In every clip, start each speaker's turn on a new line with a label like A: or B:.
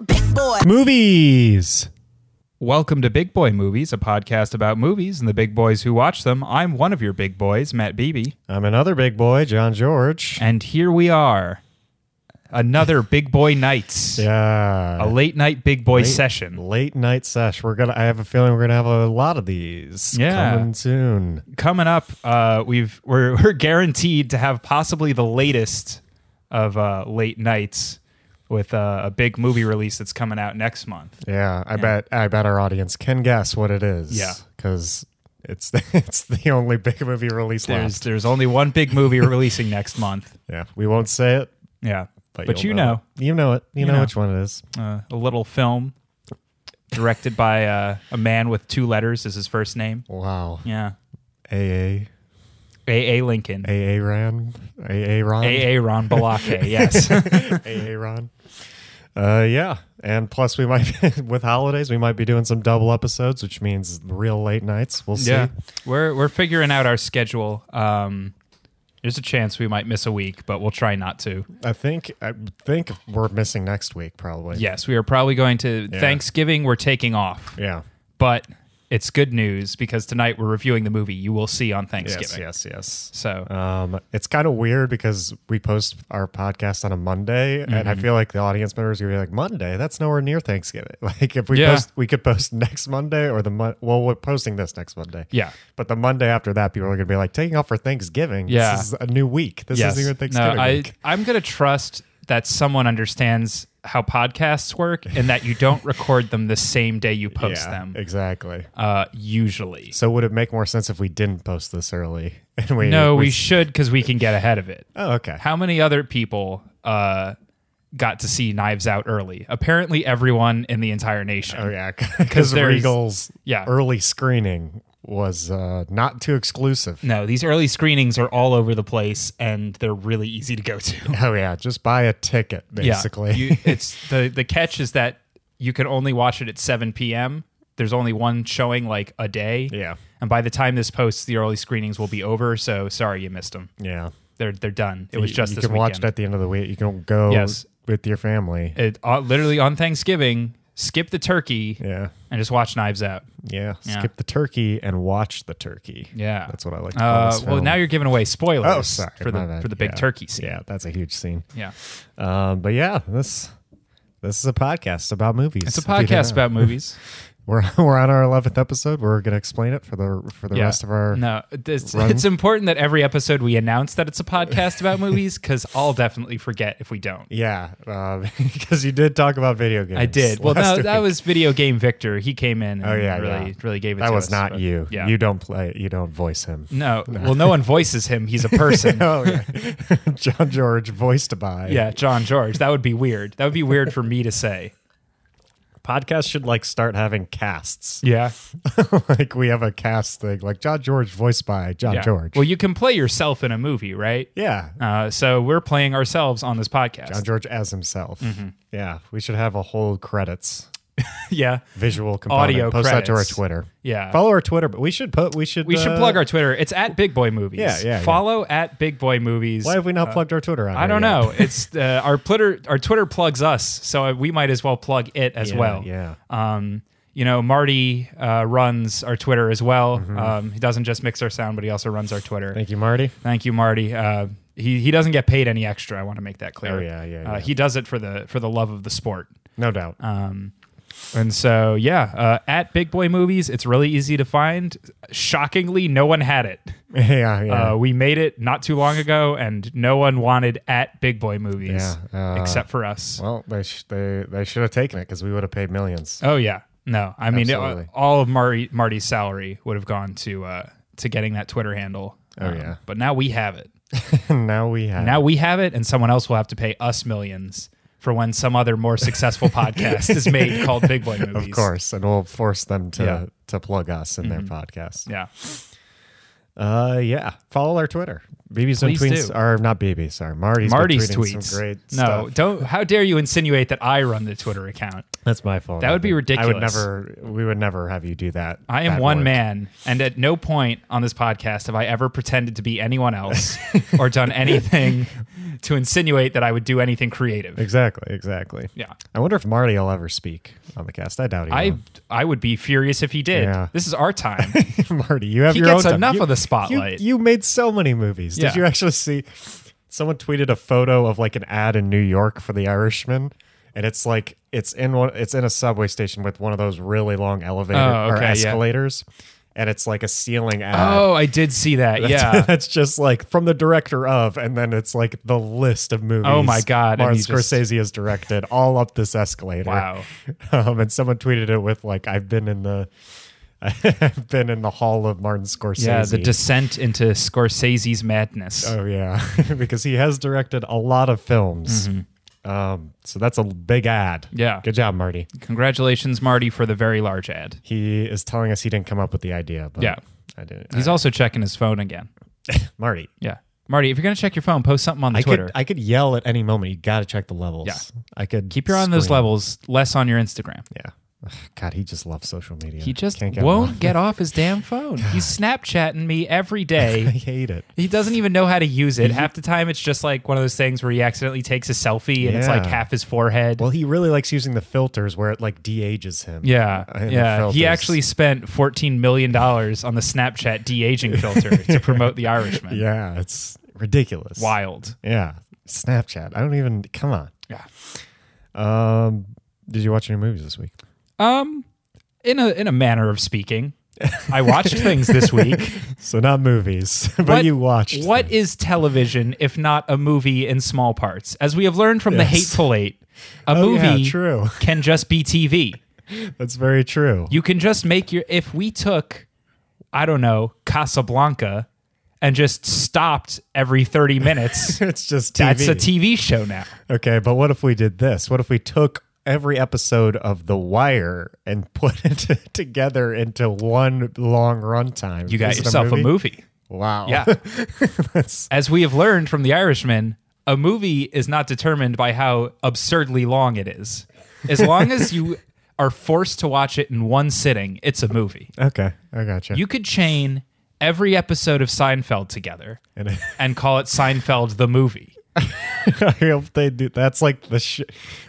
A: boy.
B: Movies.
C: Welcome to Big Boy Movies, a podcast about movies and the big boys who watch them. I'm one of your big boys, Matt Beebe,
B: I'm another big boy, John George.
C: and here we are. Another Big Boy Nights. A
B: Yeah.
C: late night Big Boy
B: Late-
C: session.
B: Late night sesh. We're gonna. I have a feeling we're gonna have a lot of these
C: Yeah.
B: coming soon.
C: Coming up, uh, we've we're, we're guaranteed to have possibly the latest of uh, late nights with uh, a big movie release that's coming out next month.
B: Yeah, I bet. I bet our audience can guess what it is.
C: Yeah.
B: because it's it's the only big movie release
C: There's
B: left.
C: there's only one big movie releasing next month.
B: Yeah, we won't say it,
C: Yeah, but,
B: but, you'll
C: you know,
B: it. you know it. You,
C: You
B: know,
C: know.
B: which one it is.
C: uh, a little film directed by uh, a man with two letters is his first name.
B: Wow.
C: Yeah.
B: A
C: A.A. Lincoln.
B: A A A Ran A A Ron
C: A.A. Ron Balake. yes.
B: AA Ron. Uh, yeah, and plus we might with holidays we might be doing some double episodes, which means real late nights. We'll see.
C: yeah. We're, we're figuring out our schedule. Um, there's a chance we might miss a week, but we'll try not to.
B: I think I think we're missing next week probably.
C: Yes, we are probably going to
B: Yeah.
C: Thanksgiving. We're taking off,
B: yeah,
C: but it's good news because tonight we're reviewing the movie you will see on Thanksgiving.
B: yes, yes, yes.
C: So
B: Um, it's kind of weird because we post our podcast on a Monday, and
C: Mm-hmm.
B: I feel like the audience members are gonna be like, "Monday? That's nowhere near Thanksgiving." Like if we
C: Yeah.
B: post, we could post next Monday or the mon- well, we're posting this next Monday.
C: Yeah.
B: but the Monday after that, people are gonna be like, "Taking off for Thanksgiving?
C: Yeah.
B: this is a new week. This
C: yes.
B: isn't even
C: no,
B: Thanksgiving."
C: I,
B: week."
C: I'm going to trust that someone understands how podcasts work and that you don't record them the same day you post
B: yeah,
C: them.
B: exactly.
C: uh, usually.
B: So would it make more sense if we didn't post this early? And we
C: No, we should because we can get ahead of it.
B: oh okay.
C: How many other people uh, got to see Knives Out early? Apparently, everyone in the entire nation.
B: Oh yeah, because
C: there's-
B: Regal's
C: yeah.
B: early screening was uh, not too exclusive.
C: No, these early screenings are all over the place and they're really easy to go to.
B: Oh yeah, just buy a ticket basically.
C: Yeah, you, it's the the catch is that you can only watch it at 7 p.m. There's only one showing like a day.
B: Yeah.
C: And by the time this posts, the early screenings will be over. So sorry you missed them.
B: yeah,
C: They're they're done. It was
B: You-
C: just
B: you
C: this
B: can
C: weekend.
B: watch it at the end of the week. You can go
C: Yes.
B: with your family.
C: it uh, literally on Thanksgiving, skip the turkey
B: Yeah,
C: and just watch Knives Out.
B: yeah,
C: Yeah.
B: Skip the turkey and watch the turkey.
C: Yeah,
B: that's what I like. To call
C: Uh,
B: this
C: well,
B: film.
C: now you're giving away spoilers.
B: oh sorry
C: for the
B: my bad.
C: for the big
B: Yeah.
C: turkey scene.
B: Yeah, that's a huge scene.
C: Yeah.
B: Um, but yeah, this this is a podcast about movies.
C: it's a
B: if you didn't
C: podcast
B: know.
C: about movies.
B: We're we're on our eleventh episode. We're gonna explain it for the for the
C: Yeah.
B: rest of our.
C: no, it's,
B: run.
C: it's important that every episode we announce that it's a podcast about movies because I'll definitely forget if we don't.
B: Yeah, uh, because you did talk about video games.
C: I did. Well,
B: last
C: no, that
B: week.
C: was video game Victor. He came in. And
B: Oh yeah,
C: really,
B: yeah.
C: really gave it.
B: That
C: to
B: was
C: us,
B: not
C: but-
B: you.
C: Yeah,
B: You don't play. You don't voice him.
C: No, well, no one voices him. He's a person.
B: Oh yeah, John George voiced by.
C: yeah, John George. That would be weird. That would be weird for me to say.
B: podcasts should like start having casts.
C: Yeah.
B: like we have a cast thing, like John George voiced by John
C: Yeah.
B: George.
C: Well, you can play yourself in a movie, right?
B: yeah,
C: Uh, so we're playing ourselves on this podcast.
B: John George as himself.
C: Mm-hmm.
B: Yeah, we should have a whole credits
C: yeah.
B: visual component.
C: Audio
B: Post that to our
C: credits.
B: Twitter.
C: Yeah.
B: Follow our Twitter, but we should put we should
C: we should
B: uh,
C: plug our Twitter. It's at Big Boy Movies.
B: Yeah, yeah, yeah.
C: Follow at Big Boy Movies.
B: Why have we not plugged our Twitter? On
C: Uh, I
B: here
C: don't
B: yet?
C: know. It's uh, our Twitter. Our Twitter plugs us, so we might as well plug it as
B: Yeah,
C: well.
B: yeah.
C: Um, you know, Marty uh, runs our Twitter as well. Um, he doesn't just mix our sound, but he also runs our Twitter.
B: Mm-hmm. Thank you, Marty.
C: Thank you, Marty. Uh, he he doesn't get paid any extra. I want to make that clear.
B: Oh, yeah, yeah,
C: Uh,
B: yeah.
C: he does it for the for the love of the sport.
B: No doubt.
C: Um, and so yeah, uh, at Big Boy Movies, it's really easy to find. Shockingly, no one had it.
B: yeah, yeah.
C: Uh, we made it not too long ago, and no one wanted at Big Boy Movies
B: Yeah, uh,
C: except for us.
B: well, they sh- they they should have taken it because we would have paid millions.
C: oh yeah, no, I mean it-
B: Absolutely.
C: all of Marty Marty's salary would have gone to uh, to getting that Twitter handle. Uh,
B: Oh, yeah.
C: but now we have it.
B: now we have.
C: Now we have it, and someone else will have to pay us millions for when some other more successful podcast is made called Big Boy Movies.
B: of course, and we'll force them to
C: Yeah. Mm-hmm.
B: to plug us in their podcast.
C: Yeah.
B: Uh, yeah. Follow our Twitter. BB's and
C: Please
B: tweets
C: do.
B: are not BB. Sorry, Marty's. been
C: Marty's
B: tweeting
C: tweets.
B: Some great.
C: no,
B: stuff.
C: don't. How dare you insinuate that I run the Twitter account?
B: that's my fault.
C: That would be
B: I would
C: ridiculous.
B: never. We would never have you do that.
C: I am
B: That
C: one
B: work.
C: man, and at no point on this podcast have I ever pretended to be anyone else or done anything to insinuate that I would do anything creative.
B: Exactly, exactly.
C: Yeah.
B: I wonder if Marty will ever speak on the cast. I doubt he
C: I
B: will.
C: I would be furious if he did.
B: Yeah.
C: This is our time.
B: Marty, you have
C: He
B: your
C: gets
B: own time.
C: enough
B: You-
C: of the
B: you-
C: spotlight.
B: You, made so many movies. Did
C: Yeah.
B: you actually see? Someone tweeted a photo of like an ad in New York for The Irishman, and it's like it's in one. It's in a subway station with one of those really long elevator
C: Oh,
B: or
C: okay, yeah.
B: escalators, and it's like a ceiling ad.
C: oh, I did see that.
B: That's-
C: Yeah.
B: that's just like from the director of, and then it's like the list of movies.
C: Oh my God, and
B: Martin
C: you just-
B: Scorsese has directed all up this escalator.
C: Wow.
B: Um, and someone tweeted it with like, "I've been in the, I've been in the hall of Martin Scorsese."
C: Yeah, the descent into Scorsese's madness.
B: oh yeah, because he has directed a lot of films. Um, so that's a big ad.
C: Mm-hmm. Yeah.
B: good job, Marty.
C: Congratulations, Marty, for the very large ad.
B: He is telling us he didn't come up with the idea. But
C: Yeah.
B: I didn't.
C: He's
B: I-
C: also checking his phone again.
B: Marty.
C: Yeah. Marty, if you're going to check your phone, post something on the
B: I
C: Twitter.
B: could I could yell at any moment. You got to check the levels.
C: Yeah.
B: I could
C: Keep your eye on those
B: scream.
C: levels, less on your Instagram.
B: Yeah. Ugh, God, he just loves social media.
C: He just
B: Can't get
C: won't
B: enough.
C: get off his damn phone. He's Snapchatting me every
B: I
C: day.
B: hate it.
C: He doesn't even know how to use it. Half the time, it's just like one of those things where he accidentally takes a selfie and it's like
B: Yeah.
C: half his forehead.
B: Well, he really likes using the filters where it like de-ages him.
C: yeah,
B: And the
C: yeah. He
B: filters.
C: actually spent fourteen million dollars on the Snapchat de aging filter to promote The Irishman.
B: Yeah, it's ridiculous.
C: Wild.
B: Yeah. Snapchat. I don't even come on.
C: Yeah.
B: Um did you watch any movies this week?
C: Um, in a in a manner of speaking, I watched things this week.
B: So not movies, but
C: What-
B: you watched.
C: What is television if not a movie in small parts? As we have learned from The
B: Yes.
C: Hateful Eight, a
B: Oh, yeah,
C: movie
B: true.
C: can just be TV.
B: That's very true.
C: You can just make your. If we took, I don't know, Casablanca and just stopped every 30 minutes,
B: it's just TV.
C: that's a TV show now.
B: Okay, but what if we did this? What if we took every episode of The Wire and put it together into one long runtime?
C: You got
B: Is it
C: yourself a movie.
B: Wow.
C: Yeah.
B: That's-
C: As we have learned from The Irishman, a movie is not determined by how absurdly long it is. As long as you are forced to watch it in one sitting, it's a movie.
B: okay, I gotcha.
C: You could chain every episode of Seinfeld together
B: And I,
C: and call it Seinfeld the movie.
B: I hope they do. That's like the sh-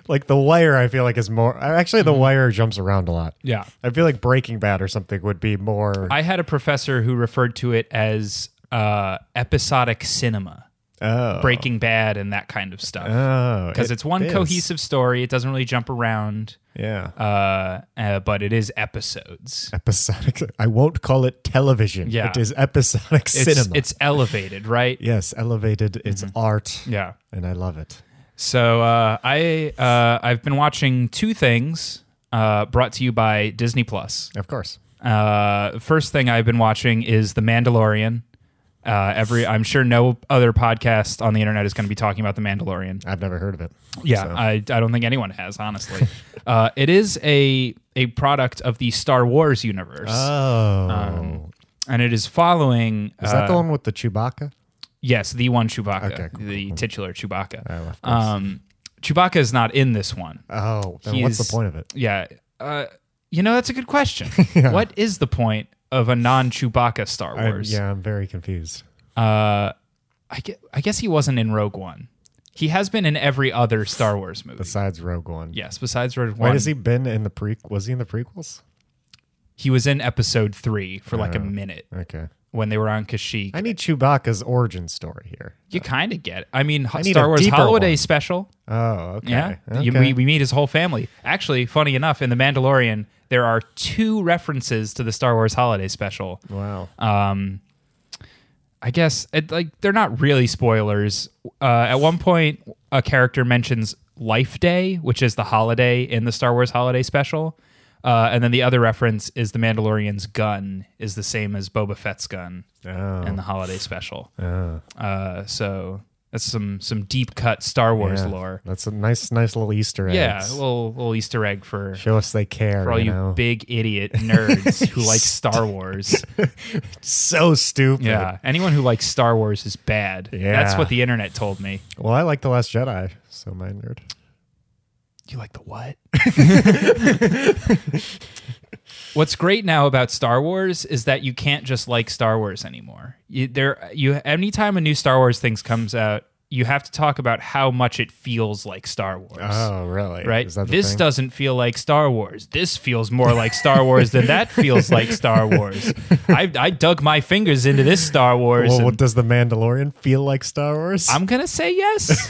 B: like The Wire. I feel like is more. Actually, The Wire jumps around a lot.
C: Mm-hmm. Yeah.
B: I feel like Breaking Bad or something would be more.
C: I had a professor who referred to it as uh, episodic cinema,
B: oh,
C: Breaking Bad, and that kind of stuff.
B: oh,
C: Because
B: it
C: it's one
B: is.
C: cohesive story, it doesn't really jump around,
B: Yeah.
C: uh, uh, but it is episodes.
B: episodic. I won't call it television.
C: Yeah.
B: It is episodic
C: It's,
B: cinema.
C: it's elevated, right?
B: yes, elevated. It's art.
C: Yeah.
B: and I love it.
C: So uh, I uh, I've been watching two things uh, brought to you by Disney Plus.
B: Of course.
C: Uh, first thing I've been watching is The Mandalorian. Uh, every I'm sure no other podcast on the internet is going to be talking about The Mandalorian.
B: I've never heard of it.
C: Yeah,
B: So-
C: I, I don't think anyone has honestly. uh, it is a a product of the Star Wars universe,
B: Oh.
C: and it is following.
B: is that the
C: uh,
B: one with the Chewbacca?
C: Yes, the one Chewbacca,
B: Okay, cool,
C: the titular Chewbacca.
B: Oh, of course.
C: um, Chewbacca is not in this one.
B: Oh, then what's the
C: he's-
B: point of it?
C: Yeah. Uh, you know, that's a good question. What is the point of a non Chewbacca Star
B: I'm-
C: Wars?
B: yeah, I'm very confused.
C: Uh, I, gue- I guess he wasn't in Rogue One. He has been in every other Star Wars movie.
B: Besides Rogue One.
C: yes, besides Rogue
B: Why
C: One.
B: has he been in the pre? Was he in the prequels?
C: He was in episode three for like a
B: Uh,
C: minute
B: Okay.
C: when they were on Kashyyyk.
B: I need Chewbacca's origin story here.
C: you kind of get it. I mean,
B: need
C: Star
B: a
C: Wars
B: deeper
C: Holiday
B: one.
C: Special.
B: Oh, okay.
C: Yeah. You-
B: Okay.
C: we, we meet his whole family. Actually, funny enough, in The Mandalorian, there are two references to the Star Wars Holiday Special.
B: wow.
C: um i guess it, like they're not really spoilers uh at one point a character mentions life day which is the holiday in the star wars holiday special uh, and then the other reference is the Mandalorian's gun is the same as Boba Fett's gun
B: Oh.
C: in the holiday special.
B: oh,
C: Uh, so that's some some deep cut Star Wars
B: yeah.
C: lore.
B: That's a nice, nice little Easter egg.
C: Yeah, a little little Easter egg for,
B: Show us they care.
C: for all
B: you,
C: you
B: know?
C: big idiot nerds who like Star Wars.
B: so stupid.
C: Yeah, anyone who likes Star Wars is bad. That's
B: Yeah.
C: what the internet told me.
B: Well, I like the Last Jedi, so my nerd.
C: You like the what? What's great now about Star Wars is that you can't just like Star Wars anymore. You, there, you anytime a new Star Wars thing comes out, you have to talk about how much it feels like Star Wars.
B: Oh, really?
C: Right.
B: Is that the
C: This
B: thing?
C: doesn't feel like Star Wars. This feels more like Star Wars than that feels like Star Wars. I, I dug my fingers into this Star Wars.
B: Well,
C: and
B: what does the Mandalorian feel like Star Wars?
C: I'm gonna say yes.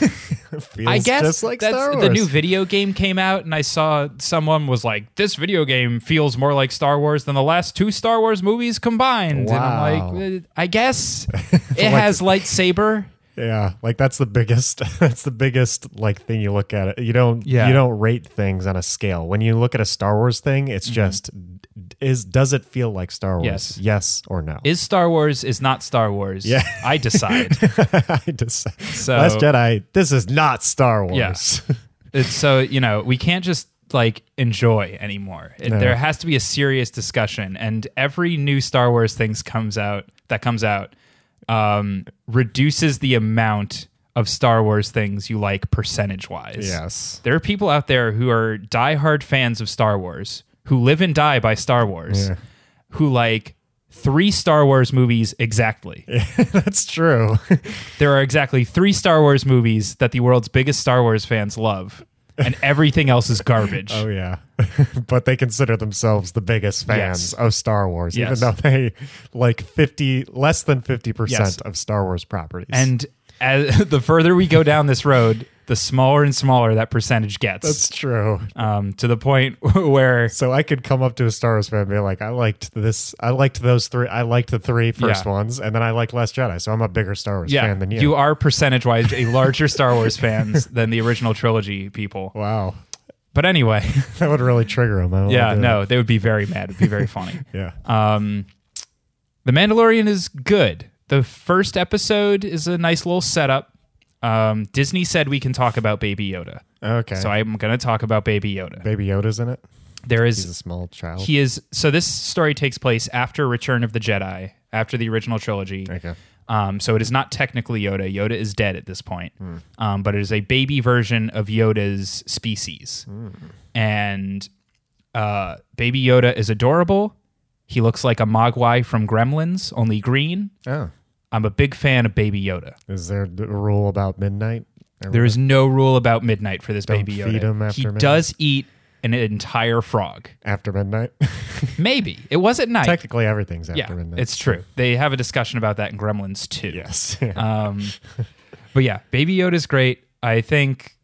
B: feels
C: I guess
B: just like
C: that's
B: Star Wars.
C: the new video game came out, and I saw someone was like, "This video game feels more like Star Wars than the last two Star Wars movies combined." And I'm
B: Wow.
C: like, eh, I guess it has lightsaber.
B: yeah, like that's the biggest. That's the biggest like thing you look at it. You don't.
C: Yeah.
B: You don't rate things on a scale. When you look at a Star Wars thing, it's just d- is does it feel like Star Wars?
C: Mm-hmm. Yes.
B: Yes or no?
C: Is Star Wars is not Star Wars.
B: Yeah.
C: I decide.
B: I just
C: So-
B: Last Jedi. This is not Star Wars.
C: Yeah. it's so you know we can't just like enjoy anymore It-
B: No.
C: there has to be a serious discussion and every new star wars things comes out that comes out um reduces the amount of star wars things you like percentage wise
B: yes.
C: there are people out there who are diehard fans of star wars who live and die by star wars
B: Yeah.
C: who like three star wars movies exactly
B: that's true.
C: there are exactly three Star Wars movies that the world's biggest Star Wars fans love, and everything else is garbage.
B: Oh yeah, but they consider themselves the biggest fans
C: Yes.
B: of Star Wars,
C: Yes.
B: even though they like fifty less than fifty
C: Yes.
B: percent of Star Wars properties.
C: And as, the further we go down this road, the smaller and smaller that percentage gets.
B: that's true.
C: um, to the point where
B: So I could come up to a Star Wars fan and be like, "I liked this. I liked those three. I liked the three first
C: Yeah.
B: ones, and then I liked Last Jedi. So I'm a bigger Star Wars
C: yeah,
B: fan than you."
C: you are percentage wise a larger Star Wars fans than the original trilogy people.
B: wow,
C: But anyway,
B: that would really trigger him. I don't
C: yeah,
B: wanna do
C: no, they would be very mad. It'd be very funny.
B: that. yeah.
C: Um, the Mandalorian is good. The first episode is a nice little setup. Um, Disney said we can talk about Baby Yoda,
B: Okay.
C: so I'm going to talk about Baby Yoda.
B: Baby Yoda's in it.
C: There
B: He's a
C: is
B: small child.
C: he is so this story takes place after Return of the Jedi, after the original trilogy.
B: okay.
C: Um, so it is not technically Yoda. Yoda is dead at this point,
B: Hmm.
C: um, but it is a baby version of Yoda's species.
B: Hmm.
C: And uh, baby Yoda is adorable. He looks like a Mogwai from Gremlins, only green.
B: Oh,
C: I'm a big fan of Baby Yoda.
B: is there a rule about midnight?
C: There is no rule about midnight for this Baby Yoda.
B: feed him after
C: he
B: midnight.
C: does eat an entire frog.
B: after midnight.
C: Maybe it was at night.
B: Technically, everything's after
C: yeah,
B: midnight.
C: it's true. They have a discussion about that in Gremlins too.
B: Yes.
C: Um, but yeah, Baby Yoda's great. I think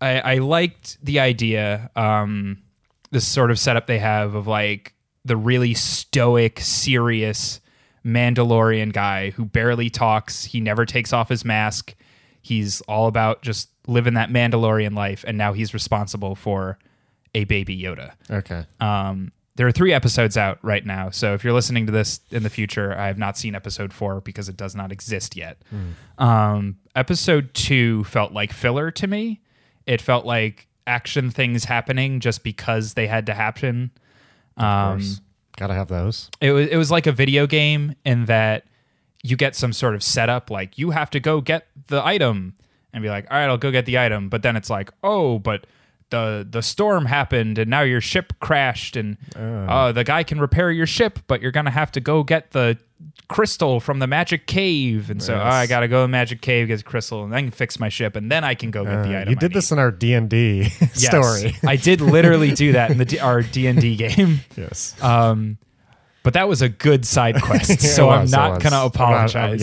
C: I, I liked the idea, um, this sort of setup they have of like the really stoic, serious Mandalorian guy who barely talks. He never takes off his mask. He's all about just living that Mandalorian life, and now he's responsible for a Baby Yoda.
B: okay.
C: Um, there are three episodes out right now. So if you're listening to this in the future, I have not seen episode four because it does not exist yet. Um, episode two felt like filler to me. It felt like action things happening just because they had to happen. Um,
B: Gotta have those.
C: it was it was like a video game in that you get some sort of setup, like you have to go get the item and be like, all right, I'll go get the item. But then it's like, oh, but the the storm happened and now your ship crashed and
B: Oh.
C: uh. the guy can repair your ship, but you're gonna have to go get the crystal from the magic cave. And so oh, I gotta go to the magic cave, get the crystal, and then fix my ship, and then I can go get
B: Uh,
C: the item.
B: you
C: I
B: did
C: need.
B: this in our D and D
C: Yes.
B: story.
C: I did literally do that in the D- our D and D game.
B: yes.
C: Um, but that was a good side quest,
B: It
C: so I'm
B: was, it
C: not
B: was.
C: going to
B: I'm not-
C: apologize.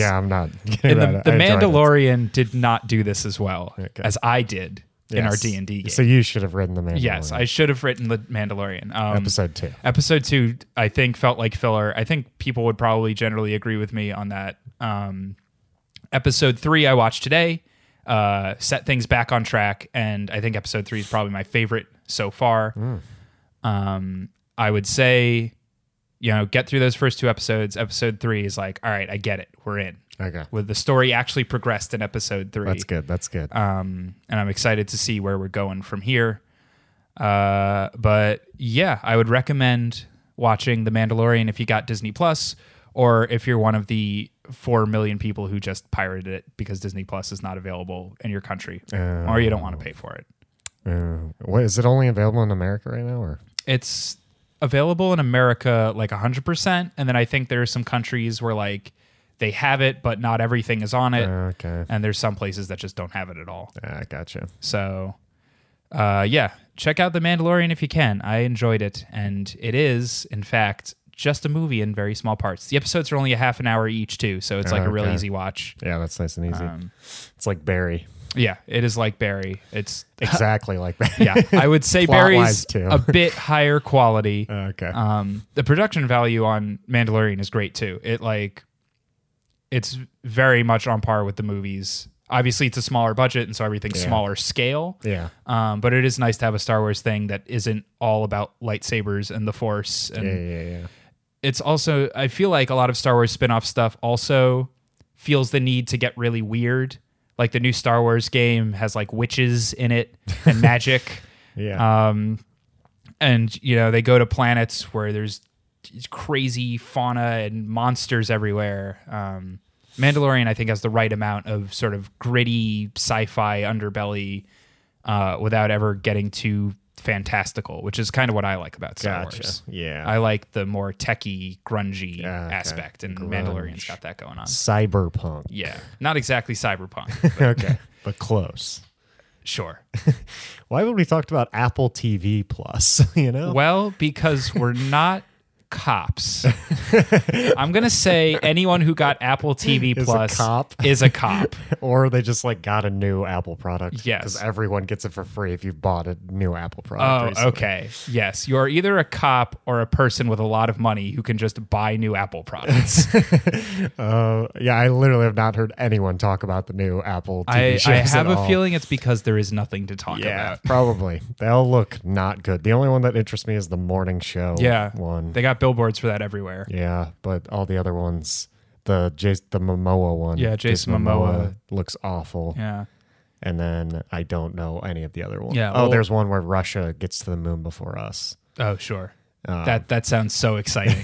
B: I'm- yeah, I'm not. getting
C: and the,
B: that.
C: the
B: I enjoyed it.
C: Mandalorian did not do this as well
B: Okay.
C: as I did in our
B: Yes.
C: D and D game.
B: So you should have written the Mandalorian.
C: yes, I should have written the Mandalorian. Um,
B: episode two.
C: episode two, I think, felt like filler. I think people would probably generally agree with me on that. Um, episode three, I watched today, uh, set things back on track, and I think episode three is probably my favorite so far. Um, I would say, you know, get through those first two episodes. Episode three is like, all right, I get it, we're in.
B: Okay.
C: With the story actually progressed in episode three
B: That's good. That's good.
C: um, and I'm excited to see where we're going from here. Uh, but yeah, I would recommend watching The Mandalorian if you got Disney Plus, or if you're one of the four million people who just pirated it because Disney Plus is not available in your country, or you don't want to pay for it.
B: Uh, what is it only available in America right now? Or
C: It's available in America like 100%, and then I think there are some countries where like they have it, but not everything is on it.
B: Okay.
C: and there's some places that just don't have it at all.
B: I gotcha.
C: So, uh, yeah, check out The Mandalorian if you can. I enjoyed it, and it is, in fact, just a movie in very small parts. The episodes are only a half an hour each, too, so it's like a real
B: Okay.
C: easy watch.
B: Yeah, that's nice and easy.
C: Um,
B: it's like Barry.
C: yeah, it is like Barry. It's
B: Exactly like that.
C: yeah, I would say
B: Plot-wise,
C: Barry's
B: too.
C: a bit higher quality.
B: okay.
C: Um, the production value on Mandalorian is great too. It like, it's very much on par with the movies. Obviously, it's a smaller budget, and so everything's
B: Yeah.
C: smaller scale.
B: yeah.
C: Um, but it is nice to have a Star Wars thing that isn't all about lightsabers and the Force. And
B: Yeah, yeah, yeah.
C: it's also, I feel like a lot of Star Wars spin off stuff also feels the need to get really weird. Like the new Star Wars game has like witches in it and magic.
B: Yeah.
C: Um, and, you know, they go to planets where there's crazy fauna and monsters everywhere. Um, Mandalorian, I think, has the right amount of sort of gritty sci fi underbelly uh, without ever getting too fantastical, which is kind of what I like about Star
B: gotcha.
C: Wars.
B: Yeah.
C: I like the more techie, grungy
B: Yeah, okay.
C: aspect, and
B: Grunge.
C: Mandalorian's got that going on.
B: Cyberpunk.
C: Yeah, not exactly cyberpunk. but
B: okay. But close.
C: sure.
B: Why haven't we talked about Apple TV Plus? You know?
C: Well, because we're not cops. I'm gonna say anyone who got Apple TV
B: Is a
C: Plus
B: cop.
C: is a cop.
B: Or they just like got a new Apple product.
C: Yes.
B: Because everyone gets it for free if you bought a new Apple product.
C: Oh,
B: recently.
C: okay. Yes, you are either a cop or a person with a lot of money who can just buy new Apple products.
B: Uh, yeah, I literally have not heard anyone talk about the new Apple TV
C: I,
B: shows
C: I have
B: at
C: a
B: all.
C: feeling it's because there is nothing to talk
B: Yeah,
C: about.
B: probably. They all look not good. The only one that interests me is the morning show.
C: Yeah,
B: one.
C: They got billboards for that everywhere.
B: yeah, but all the other ones, the Jason, the Momoa one.
C: Yeah, Jason Momoa.
B: looks awful.
C: Yeah.
B: And then I don't know any of the other ones.
C: Yeah,
B: oh,
C: well-
B: there's one where Russia gets to the moon before us.
C: Oh, sure.
B: Um,
C: that that sounds so exciting.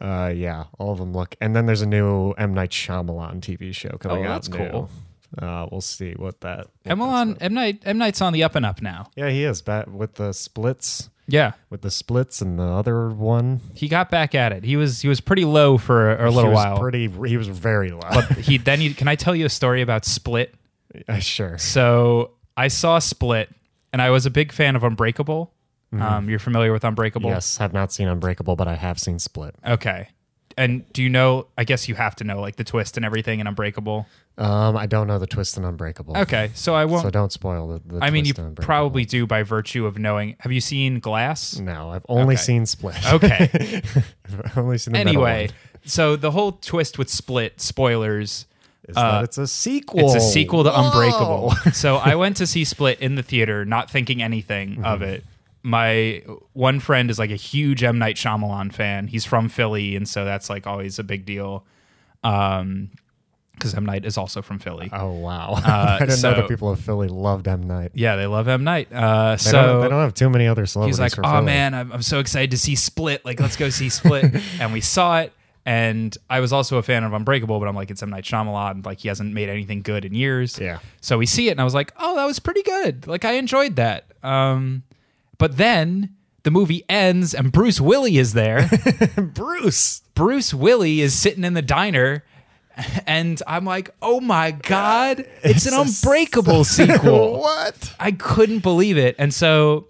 B: Uh, yeah, all of them look. And then there's a new M Night Shyamalan TV show coming
C: Oh,
B: out.
C: that's
B: new.
C: cool.
B: Uh, we'll see what that. what that's
C: Emelon,
B: about.
C: M Night, M Night's on the up and up now.
B: Yeah, he is back with the splits,
C: Yeah.
B: with the splits, and the other one.
C: he got back at it. He was he was pretty low for a, a
B: he
C: little
B: was
C: while.
B: Pretty, he was very low.
C: he then he, can I tell you a story about Split?
B: Uh, sure.
C: So I saw Split, and I was a big fan of Unbreakable. Um, you're familiar with Unbreakable,
B: Mm-hmm. Yes, have not seen Unbreakable, but I have seen Split.
C: Okay. And do you know? I guess you have to know like the twist and everything in Unbreakable.
B: Um, I don't know the twist in Unbreakable.
C: Okay, so I won't.
B: So don't spoil the. the
C: I mean, you
B: twist in Unbreakable. Mm,
C: probably do by virtue of knowing. Have you seen Glass?
B: No, I've only
C: Okay.
B: seen Split.
C: Okay.
B: I've only seen the metal
C: anyway,
B: one.
C: so the whole twist with Split spoilers.
B: is
C: uh,
B: that it's a sequel.
C: It's a sequel to
B: Whoa.
C: Unbreakable. so I went to see Split in the theater, not thinking anything of
B: Mm-hmm.
C: it. My one friend is like a huge M Night Shyamalan fan. He's from Philly, and so that's like always a big deal. Um, because M Night is also from Philly.
B: Oh wow! I didn't know
C: Uh, so-
B: the people of Philly loved M Night.
C: yeah, they love M Night. Uh,
B: They,
C: so
B: don't, they don't have too many other celebrities.
C: he's like,
B: for
C: "Oh
B: Philly."
C: man, I'm, I'm so excited to see Split. Like, let's go see Split." and we saw it. And I was also a fan of Unbreakable, but I'm like, it's M Night Shyamalan. Like, he hasn't made anything good in years.
B: Yeah.
C: So we see it, and I was like, oh, that was pretty good. Like, I enjoyed that. Um, but then the movie ends, and Bruce Willie is there.
B: Bruce.
C: Bruce Willie is sitting in the diner. And I'm like, oh my God, it's, an
B: It's a-
C: unbreakable sequel.
B: what?
C: I couldn't believe it. And so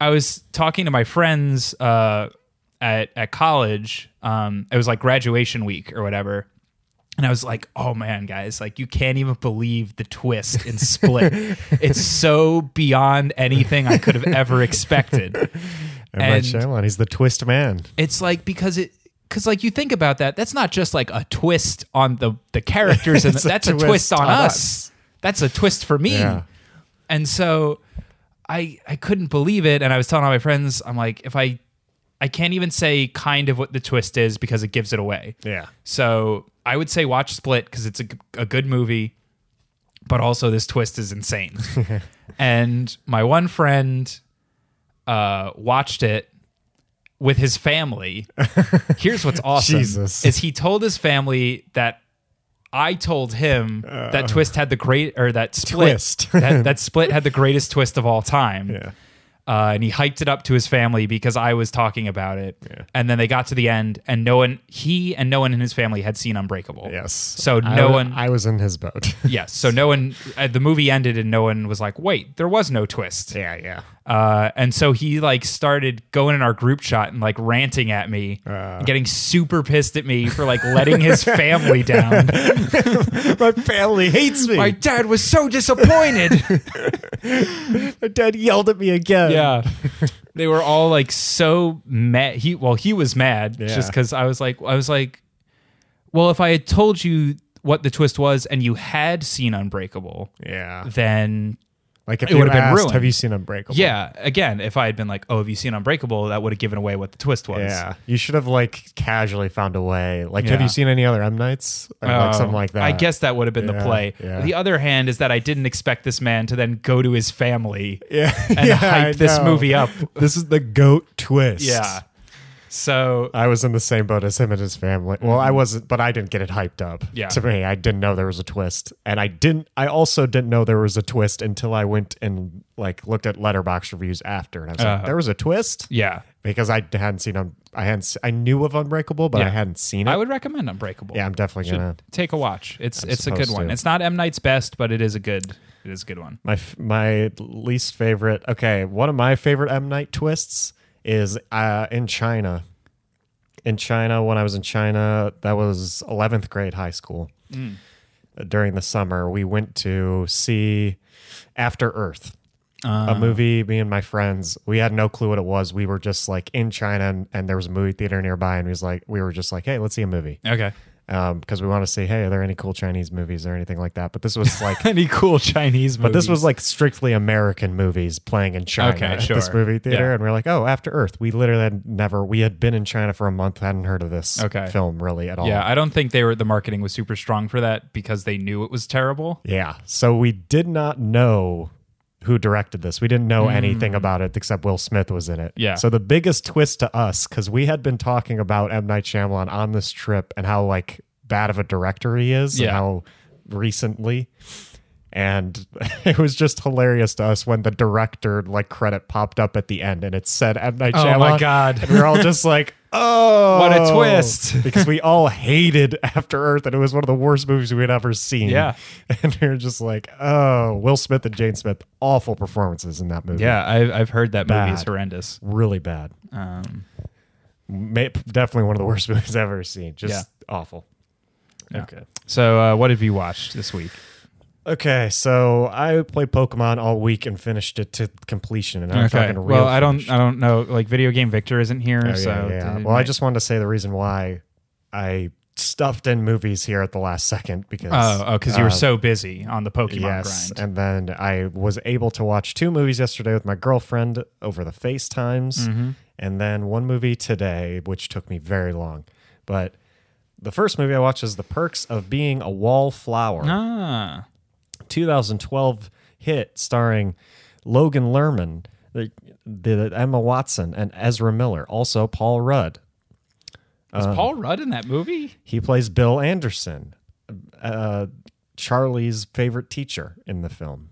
C: I was talking to my friends uh, at at college. Um, it was like graduation week or whatever. And I was like, "Oh man, guys! Like, you can't even believe the twist in Split. it's so beyond anything I could have ever expected.
B: M Night
C: And-
B: Shyamalan. He's the twist man.
C: It's like because it, because like you think about that, that's not just like a twist on the the characters, and
B: It's a
C: that's a twist,
B: twist
C: on,
B: on
C: us.
B: us.
C: That's a twist for me.
B: Yeah.
C: And so I I couldn't believe it and I was telling all my friends I'm like if I I can't even say kind of what the twist is because it gives it away.
B: Yeah.
C: So I would say watch Split cuz it's a, g- a good movie but also this twist is insane. and my one friend uh watched it with his family. Here's what's awesome
B: Jesus.
C: is he told his family that I told him that twist had the great or that split
B: Uh. Twist.
C: that, that split had the greatest twist of all time.
B: Yeah.
C: Uh, and he hyped it up to his family because I was talking about it. And then they got to the end, and no one, he and no one in his family had seen Unbreakable.
B: Yes.
C: So
B: I
C: no
B: wa-
C: one,
B: I was in his boat.
C: yes. So no one, uh, the movie ended, and no one was like, wait, there was no twist.
B: yeah, yeah.
C: Uh, and so he like started going in our group chat and like ranting at me, and getting super pissed at me for like letting his family down.
B: My family hates me.
C: My dad was so disappointed.
B: My dad yelled at me again.
C: yeah. They were all like so mad. He well, he was mad
B: Yeah.
C: just because I was like, I was like, well, if I had told you what the twist was and you had seen Unbreakable,
B: Yeah.
C: then
B: Like if
C: It
B: you
C: would've been
B: asked,
C: ruined.
B: have you seen Unbreakable?
C: yeah, again, if I had been like, oh, have you seen Unbreakable? That would have given away what the twist was.
B: Yeah. You should have like casually found a way. Like, have
C: Yeah.
B: you seen any other M Nights? Or like
C: Oh,
B: something like that.
C: I guess that would have been the
B: Yeah,
C: play.
B: yeah.
C: The other hand is that I didn't expect this man to then go to his family
B: Yeah.
C: and
B: yeah, I
C: hype this
B: know.
C: movie up.
B: This is the goat twist.
C: Yeah. So
B: I was in the same boat as him and his family. Well, I wasn't, but I didn't get it hyped up.
C: Mm-hmm. Yeah.
B: To me, I didn't know there was a twist, and I didn't. I also didn't know there was a twist until I went and like looked at letterbox reviews after, and I was like,
C: Uh-huh.
B: "There was a twist,"
C: yeah,
B: because I hadn't seen. Un- I hadn't. s- I knew of Unbreakable, but I
C: Yeah.
B: hadn't seen it.
C: I would recommend Unbreakable.
B: yeah, I'm definitely gonna.
C: Take a watch. It's it's a good
B: supposed
C: one.
B: to.
C: It's not M Night's best, but it is a good it is a good one.
B: My f- my least favorite. Okay, one of my favorite M Night twists is uh, in China. In China, when I was in China, that was eleventh grade high school. During the summer, we went to see After Earth, a movie. Me and my friends, we had no clue what it was. We were just like in China, and, and there was a movie theater nearby, and we was like, we were just like, hey, let's see a movie,
C: Okay.
B: because we want to see, hey, are there any cool Chinese movies or anything like that? But this was like
C: Any cool Chinese movies?
B: but this was like strictly American movies playing in China
C: Okay,
B: at
C: sure.
B: this movie theater,
C: Yeah.
B: and we are like, oh, After Earth. We literally had never. We had been in China for a month, hadn't heard of this
C: Okay.
B: film really at all.
C: yeah. I don't think they were the marketing was super strong for that because they knew it was terrible.
B: Yeah. So we did not know who directed this. We didn't know anything about it except Will Smith was in it.
C: Mm. Yeah.
B: So the biggest twist to us, because we had been talking about M Night Shyamalan on this trip and how like bad of a director he is, and
C: Yeah.
B: how recently. And it was just hilarious to us when the director like credit popped up at the end and it said M Night Shyamalan.
C: Oh my god.
B: And we were all just like, oh,
C: What a twist.
B: because we all hated After Earth, and it was one of the worst movies we had ever seen.
C: Yeah.
B: and we were just like, oh, Will Smith and Jane Smith, awful performances in that movie.
C: Yeah, I've I've heard that movie is
B: Bad.
C: horrendous.
B: really bad.
C: Um,
B: Ma- definitely one of the worst movies I've ever seen. Just awful.
C: Yeah.
B: Okay.
C: so uh, what have you watched this week?
B: Okay, so I played Pokemon all week and finished it to completion, and I'm talking real.
C: Well, I don't.
B: finished.
C: I don't know. Like, video game Victor isn't here,
B: Oh, yeah,
C: so
B: yeah.
C: it
B: Well, I
C: might-
B: just wanted to say the reason why I stuffed in movies here at the last second because
C: oh, oh, because you were
B: uh,
C: so busy on the Pokemon
B: Yes,
C: grind.
B: and then I was able to watch two movies yesterday with my girlfriend over the FaceTimes, and then one movie today, which took me very long. But the first movie I watched is The Perks of Being a Wallflower,
C: Ah,
B: 2012 hit starring Logan Lerman, the, the Emma Watson, and Ezra Miller, also Paul Rudd.
C: was Paul Rudd in that movie?
B: He plays Bill Anderson, uh, Charlie's favorite teacher in the film.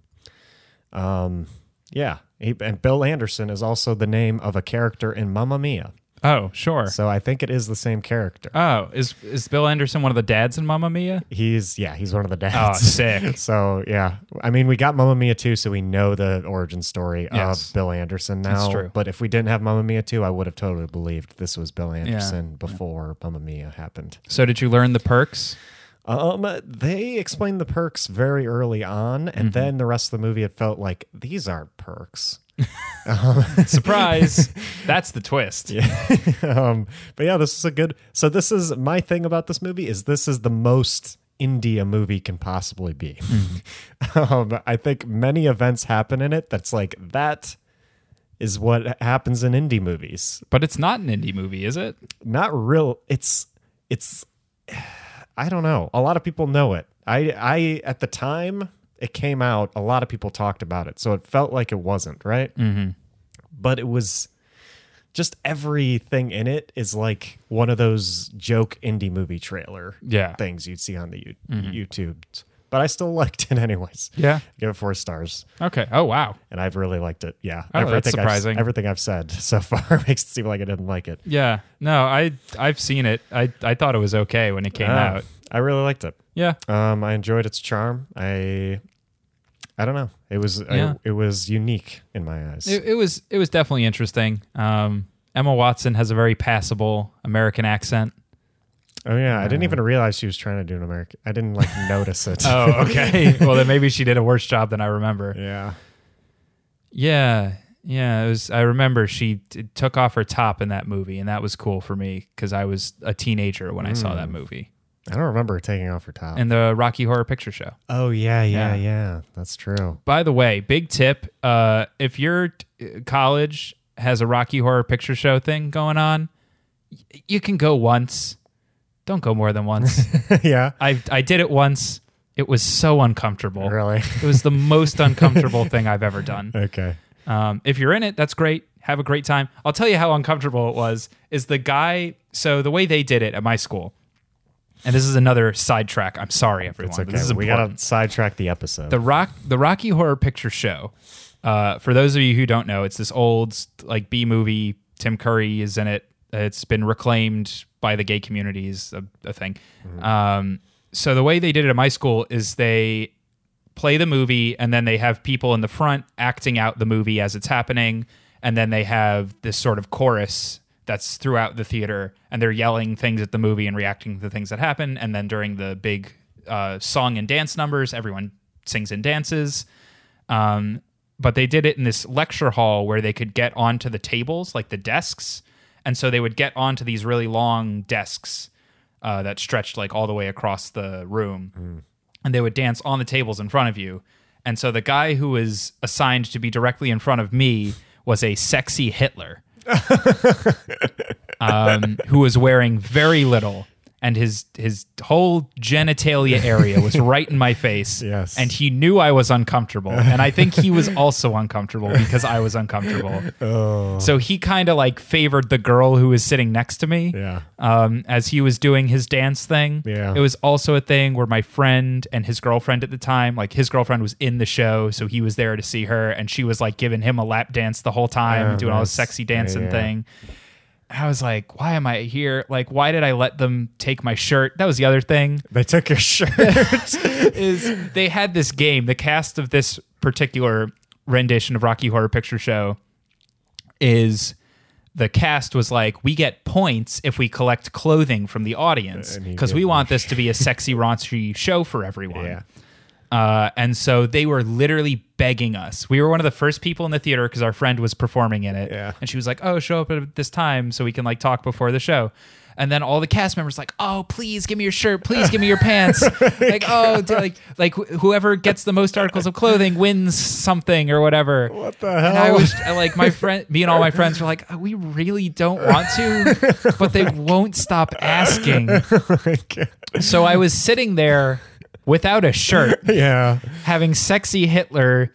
B: Um, yeah, he, and Bill Anderson is also the name of a character in Mamma Mia,
C: Oh, sure.
B: so I think it is the same character.
C: Oh, is is Bill Anderson one of the dads in Mamma Mia?
B: He's yeah, he's one of the
C: Oh,
B: dads.
C: sick.
B: So yeah, I mean, we got Mamma Mia too, so we know the origin story
C: Yes.
B: of Bill Anderson now.
C: That's true.
B: But if we didn't have Mamma Mia too, I would have totally believed this was Bill Anderson before Mamma Mia happened.
C: So, did you learn the perks?
B: Um, they explained the perks very early on, and then the rest of the movie, it felt like these aren't perks.
C: Surprise! That's the twist.
B: um, but yeah, this is a good. So this is my thing about this movie is this is the most indie a movie can possibly be. um, I think many events happen in it that's like that is what happens in indie movies.
C: But it's not an indie movie, is it?
B: not real it's it's i don't know a lot of people know it i i at the time it came out a lot of people talked about it so it felt like it wasn't right mm-hmm. but it was just everything in it is like one of those joke indie movie trailer
C: Yeah. Mm-hmm.
B: things you'd see on the you- youtube but I still liked it anyways.
C: Yeah.
B: Give it four stars,
C: Okay. Oh wow.
B: and I've really liked it. Yeah,
C: Oh, that's
B: I've-
C: surprising.
B: everything I've said so far makes it seem like I didn't like it.
C: Yeah. No, I I've seen it. I I thought it was okay when it came
B: Uh,
C: out.
B: I really liked it.
C: Yeah.
B: Um, I enjoyed its charm. I, I don't know. It was I-
C: Yeah.
B: it was unique in my eyes.
C: It, it was it was definitely interesting. Um, Emma Watson has a very passable American accent.
B: oh yeah, I didn't even realize she was trying to do an American. I didn't like notice it.
C: Oh, okay. well, then maybe she did a worse job than I remember.
B: yeah.
C: Yeah, yeah. It was. I remember she t- took off her top in that movie, and that was cool for me because I was a teenager when I saw that movie
B: I don't remember her taking off her top.
C: and the Rocky Horror Picture Show.
B: oh yeah,
C: Yeah.
B: yeah, yeah. That's true.
C: By the way, big tip: uh, if your t- college has a Rocky Horror Picture Show thing going on, y- you can go once. Don't go more than once.
B: yeah.
C: I I did it once. It was so uncomfortable.
B: Really?
C: It was the most uncomfortable thing I've ever done.
B: okay.
C: Um, if you're in it, that's great. Have a great time. I'll tell you how uncomfortable it was. Is the guy? So the way they did it at my school, and this is another sidetrack. I'm sorry, everyone.
B: It's
C: but
B: okay.
C: This is
B: we
C: important.
B: gotta sidetrack the episode.
C: The Rock, the Rocky Horror Picture Show. Uh, for those of you who don't know, it's this old like B movie. Tim Curry is in it. It's been reclaimed by the gay communities, a, a thing. Um, so the way they did it at my school is they play the movie and then they have people in the front acting out the movie as it's happening and then they have this sort of chorus that's throughout the theater and they're yelling things at the movie and reacting to things that happen and then during the big uh, song and dance numbers everyone sings and dances um, but they did it in this lecture hall where they could get onto the tables like the desks and so they would get onto these really long desks uh, that stretched like all the way across the room and they would dance on the tables in front of you. And so the guy who was assigned to be directly in front of me was a sexy Hitler um, who was wearing very little. And his his whole genitalia area was right in my face.
B: Yes.
C: And he knew I was uncomfortable. And I think he was also uncomfortable because I was uncomfortable. So he kind of like favored the girl who was sitting next to me
B: yeah.
C: um, as he was doing his dance thing.
B: Yeah.
C: It was also a thing where my friend and his girlfriend at the time, like his girlfriend was in the show, so he was there to see her, and she was like giving him a lap dance the whole time,
B: Oh,
C: doing all this
B: nice.
C: sexy dancing
B: Yeah.
C: thing. And I was like, why am I here? Like, why did I let them take my shirt? That was the other thing
B: They took your shirt.
C: is they had this game. The cast of this particular rendition of Rocky Horror Picture Show is the cast was like, we get points if we collect clothing from the audience
B: And you
C: because
B: get
C: we
B: them.
C: want this to be a sexy, raunchy show for everyone.
B: yeah.
C: Uh, and so they were literally begging us. We were one of the first people in the theater because our friend was performing in it.
B: Yeah.
C: And she was like, oh, show up at this time so we can like talk before the show. And then all the cast members like, oh, please give me your shirt, please give me your pants, like oh, d- like like wh- whoever gets the most articles of clothing wins something or whatever.
B: What the
C: And I
B: hell?
C: was I, like, my friend, me and all my friends were like, "Uh, we really don't want to, but they won't stop asking. So I was sitting there without a shirt
B: yeah.
C: having sexy Hitler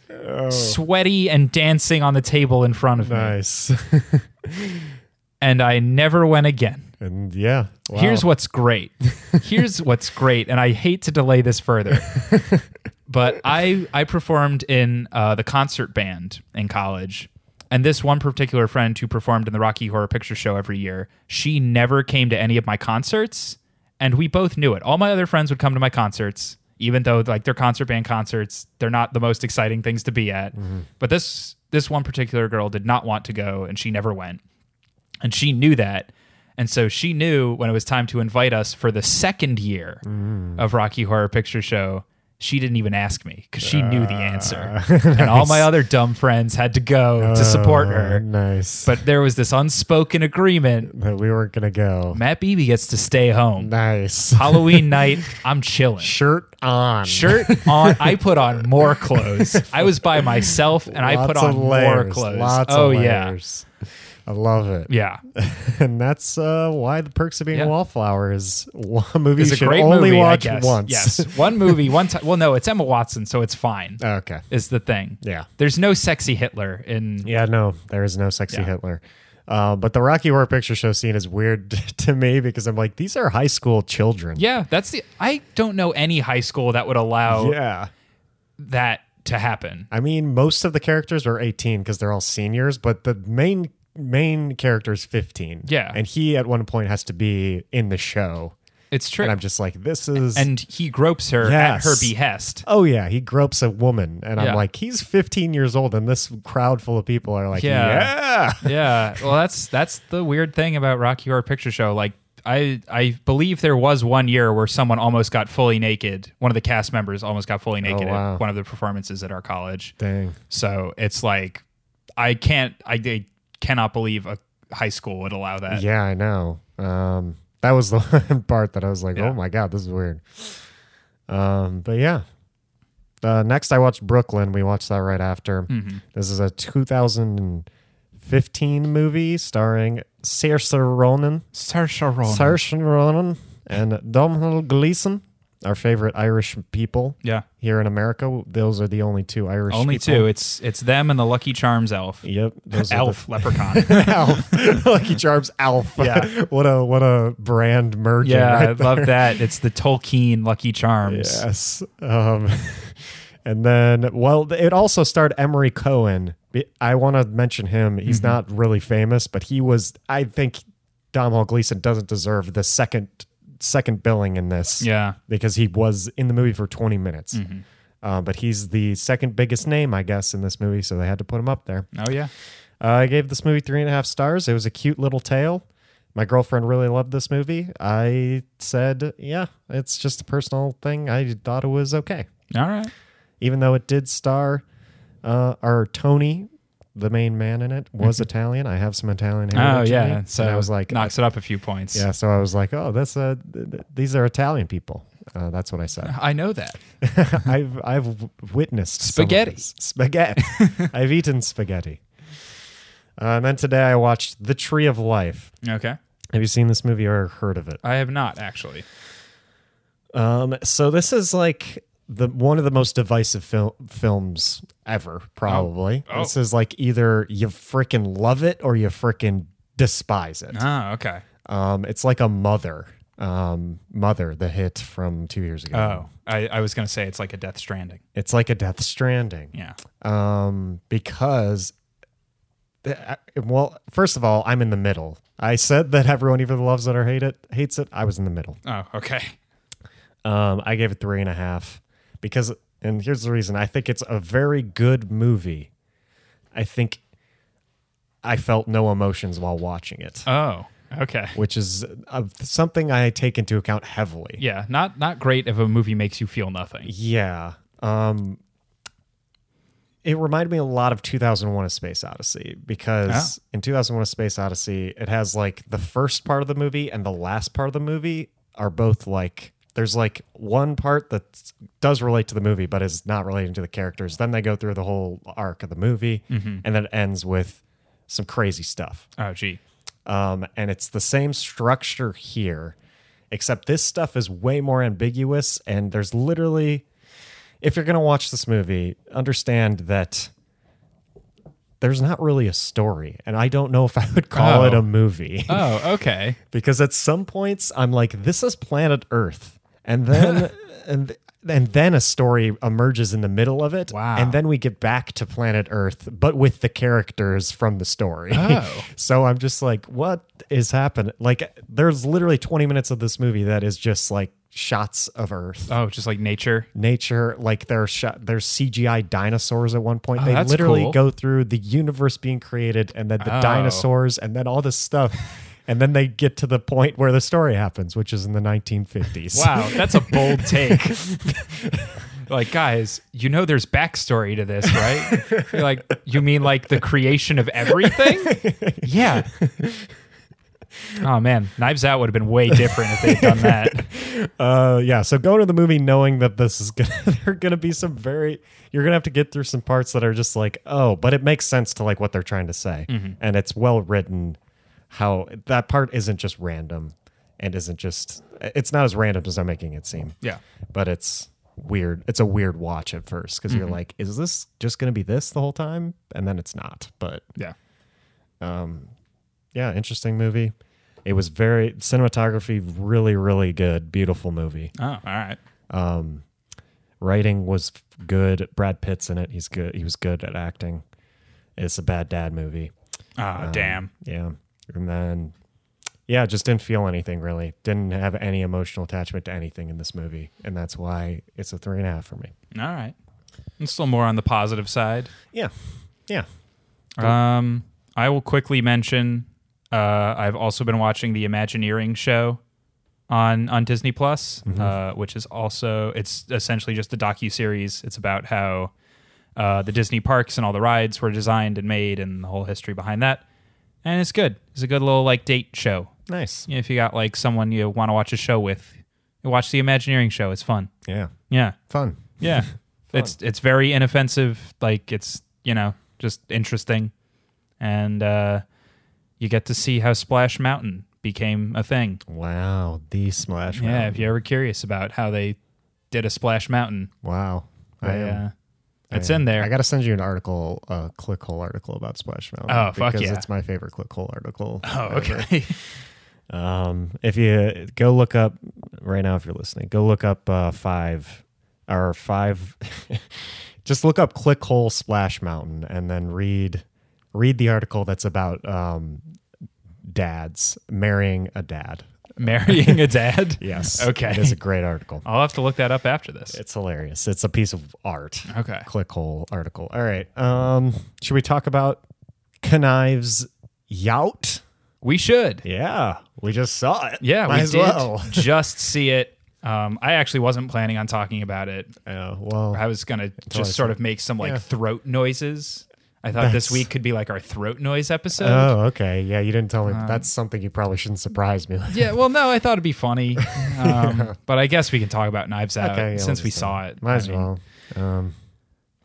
C: sweaty and dancing on the table in front of me.
B: Oh. Nice.
C: And I never went again.
B: and yeah. Wow.
C: Here's what's great. Here's what's great. And I hate to delay this further. but I I performed in uh, the concert band in college. And this one particular friend who performed in the Rocky Horror Picture Show every year, she never came to any of my concerts, and we both knew it. All my other friends would come to my concerts, even though like their concert band concerts, they're not the most exciting things to be at. But this this one particular girl did not want to go, and she never went. And she knew that. And so she knew when it was time to invite us for the second year
B: Mm.
C: of Rocky Horror Picture Show, she didn't even ask me because she knew the answer.
B: Ah.
C: And all my other dumb friends had to go to support
B: Oh,
C: her.
B: Nice.
C: But there was this unspoken agreement
B: that we weren't gonna go.
C: Matt Beebe gets to stay home.
B: Nice.
C: Halloween night, I'm chilling.
B: Shirt on.
C: Shirt on. I put on more clothes. I was by myself and I put
B: Lots
C: on
B: of layers,
C: more clothes.
B: Lots
C: oh,
B: of
C: yeah.
B: layers. I love it.
C: Yeah.
B: And that's uh, why The Perks of Being
C: Yeah.
B: a Wallflower is a movie
C: It's
B: you
C: a
B: should
C: great
B: only
C: movie,
B: watch
C: I guess.
B: once.
C: Yes. One movie, one time. Well, no, it's Emma Watson, so it's fine,
B: okay.
C: is the thing.
B: Oh. Yeah.
C: There's no sexy Hitler in.
B: Yeah, no, there is no sexy
C: Yeah.
B: Hitler. Uh, but the Rocky Horror Picture Show scene is weird to me because I'm like, these are high school children.
C: Yeah, that's the. I don't know any high school that would allow
B: Yeah.
C: that to happen.
B: Oh. I mean, most of the characters are 18 because they're all seniors, but the main main character is 15.
C: Yeah.
B: And he at one point has to be in the show.
C: It's true.
B: And I'm
C: And,
B: just like, this is.
C: he gropes her at her
B: Yes.
C: behest.
B: oh, yeah. He gropes a woman. And
C: Yeah.
B: I'm like, he's 15 years old. And this crowd full of people are like,
C: Yeah.
B: yeah.
C: yeah. Well, that's that's the weird thing about Rocky Horror Picture Show. Like, I I believe there was one year where someone almost got fully naked. One of the cast members almost got fully naked
B: Oh, wow.
C: at one of the performances at our college.
B: Dang.
C: So it's like, I can't. I, I cannot believe a high school would allow that.
B: Yeah, I know. Um, that was the one part that I was like,
C: Yeah.
B: oh my god, this is weird. Um, but yeah. Uh, next, I watched Brooklyn. We watched that right after.
C: Mm-hmm.
B: This is a 2015 movie starring Saoirse Ronan,
C: Saoirse Ronan.
B: Saoirse Ronan, and Domhnall Gleeson, our favorite Irish people
C: yeah.
B: here in America. Those are the only two Irish.
C: Only
B: people.
C: two. It's it's them and the Lucky Charms elf.
B: Yep, those are the-
C: Elf leprechaun.
B: Alf. Lucky Charms Alf.
C: Yeah.
B: what a what a brand merger.
C: yeah,
B: right
C: I love that. It's the Tolkien Lucky Charms.
B: Yes. Um, and then, well, it also starred Emery Cohen. I want to mention him. He's
C: Mm-hmm.
B: not really famous, but he was. I think Domhnall Gleeson doesn't deserve the second second billing in this.
C: Yeah. Mm-hmm.
B: because he was in the movie for 20 minutes. Uh, but he's the second biggest name, I guess, in this movie, so they had to put him up there.
C: Oh yeah.
B: Uh, I gave this movie three and a half stars. It was a cute little tale. My girlfriend really loved this movie. I said, yeah, it's just a personal thing. I thought it was okay,
C: All right.
B: even though it did star uh, our Tony, the main man in it, was Italian. I have some Italian
C: Mm-hmm. Oh
B: heritage. in me.
C: yeah.
B: And
C: So
B: I was like,
C: knocks it up a few points.
B: yeah. So I was like, oh, that's uh, th- th- these are Italian people. Uh, that's what I said.
C: I know that.
B: I've I've w- witnessed some of
C: Spaghetti.
B: this. Spaghetti. I've eaten spaghetti. Uh, and then today I watched The Tree of Life.
C: Okay.
B: Have you seen this movie or heard of it?
C: I have not actually.
B: Um, so this is like the one of the most divisive fil- films ever, probably.
C: Oh.
B: This is like either you freaking love it or you freaking despise it.
C: Oh, okay.
B: Um, it's like a mother, um, mother, the hit from two years ago.
C: Oh, I, I was gonna say it's like a Death Stranding.
B: It's like a Death Stranding.
C: Yeah.
B: um, because I- well, first of all, I'm in the middle. I said that everyone either loves it or hate it, hates it. I was in the middle.
C: Oh, okay.
B: Um, I gave it three and a half because, and here's the reason: I think it's a very good movie. I think I felt no emotions while watching it,
C: Oh, okay.
B: which is uh, something I take into account heavily.
C: Yeah. Not not great if a movie makes you feel nothing.
B: Yeah. Um it reminded me a lot of 2001 a space odyssey because in 2001 a space odyssey it has like the first part of the movie and the last part of the movie are both like there's like one part that does relate to the movie but is not relating to the characters then they go through the whole arc of the movie and then it ends with some crazy stuff
C: Oh, gee.
B: um, and it's the same structure here, except this stuff is way more ambiguous. And there's literally, if you're going to watch this movie, understand that there's not really a story. And I don't know if I would call
C: Oh.
B: it a movie
C: Oh, okay.
B: because at some points I'm like, this is planet Earth, and then and and then a story emerges in the middle of it,
C: Wow.
B: and then we get back to planet Earth, but with the characters from the story.
C: Oh.
B: so I'm just like, what is happening? Like, there's literally 20 minutes of this movie that is just like shots of Earth.
C: Oh, just like nature.
B: Nature, like there are shot, there's CGI dinosaurs at one point. they
C: Oh, that's
B: literally
C: cool.
B: go through the universe being created, and then the
C: Oh.
B: dinosaurs, and then all this stuff, and then they get to the point where the story happens, which is in the 1950s.
C: Wow, that's a bold take. like, guys, you know there's backstory to this, right? You're like, you mean like the creation of everything? Yeah. Oh man, Knives Out would have been way different if they'd done that.
B: Uh, yeah. So go to the movie knowing that this is gonna, there are gonna be some very, you're gonna have to get through some parts that are just like, oh, but it makes sense to like what they're trying to say,
C: Mm-hmm.
B: and it's well written. How that part isn't just random, and isn't just, it's not as random as I'm making it seem.
C: Yeah.
B: but it's weird. It's a weird watch at first because you're like, is this just going to be this the whole time? And then it's not. But
C: Yeah.
B: yeah, interesting movie. It was very cinematography, really, really good, beautiful movie.
C: Oh, all right.
B: Um, writing was f- good. Brad Pitt's in it. He's good. He was good at acting. It's a bad dad movie. Um,
C: Ah, damn.
B: Yeah, and then yeah, just didn't feel anything really. Didn't have any emotional attachment to anything in this movie, and that's why it's a three and a half for me.
C: All right. I'm still more on the positive side.
B: Yeah, yeah.
C: Um, I will quickly mention. Uh, I've also been watching the Imagineering show on on Disney Plus, uh, which is also it's essentially just a docu series. It's about how uh, the Disney parks and all the rides were designed and made, and the whole history behind that. And it's good. It's a good little like date show.
B: Nice.
C: You know, if you got like someone you want to watch a show with, you watch the Imagineering show. It's fun.
B: Yeah,
C: Yeah.
B: fun.
C: Yeah. it's it's very inoffensive, like it's, you know, just interesting. And uh you get to see how Splash Mountain became a thing.
B: Wow, the Splash
C: Yeah,
B: Mountain.
C: if you're ever curious about how they did a Splash Mountain,
B: Wow, I
C: they,
B: am.
C: uh,
B: I
C: it's
B: am.
C: in there.
B: I got to send you an article, a clickhole article about Splash Mountain.
C: Oh, fuck
B: because
C: yeah.
B: it's my favorite clickhole article.
C: oh,
B: ever.
C: okay.
B: Um, if you go look up right now, if you're listening, go look up uh, five or five. just look up clickhole Splash Mountain and then read read the article that's about um, dads marrying a dad.
C: Marrying a dad?
B: Yes,
C: Okay.
B: it is a great article.
C: I'll have to look that up after this.
B: It's hilarious. It's a piece of art.
C: Okay.
B: Clickhole article. All right. Um, should we talk about Knives Yout?
C: We should.
B: Yeah, we just saw it.
C: Yeah,
B: Might
C: we
B: as
C: did
B: well.
C: just see it. Um, I actually wasn't planning on talking about it.
B: Uh, well,
C: I was gonna
B: I
C: just sort of make some like
B: Yeah.
C: throat noises. I thought
B: That's-
C: this week could be like our throat noise episode.
B: Oh, okay. Yeah, you didn't tell me. That's something you probably shouldn't surprise me with.
C: Um, yeah, well, no, I thought it'd be funny, um, but I guess we can talk about Knives Out
B: Okay, yeah,
C: since
B: we'll
C: we
B: just-
C: saw it.
B: Might
C: I
B: as
C: mean,
B: well. Um,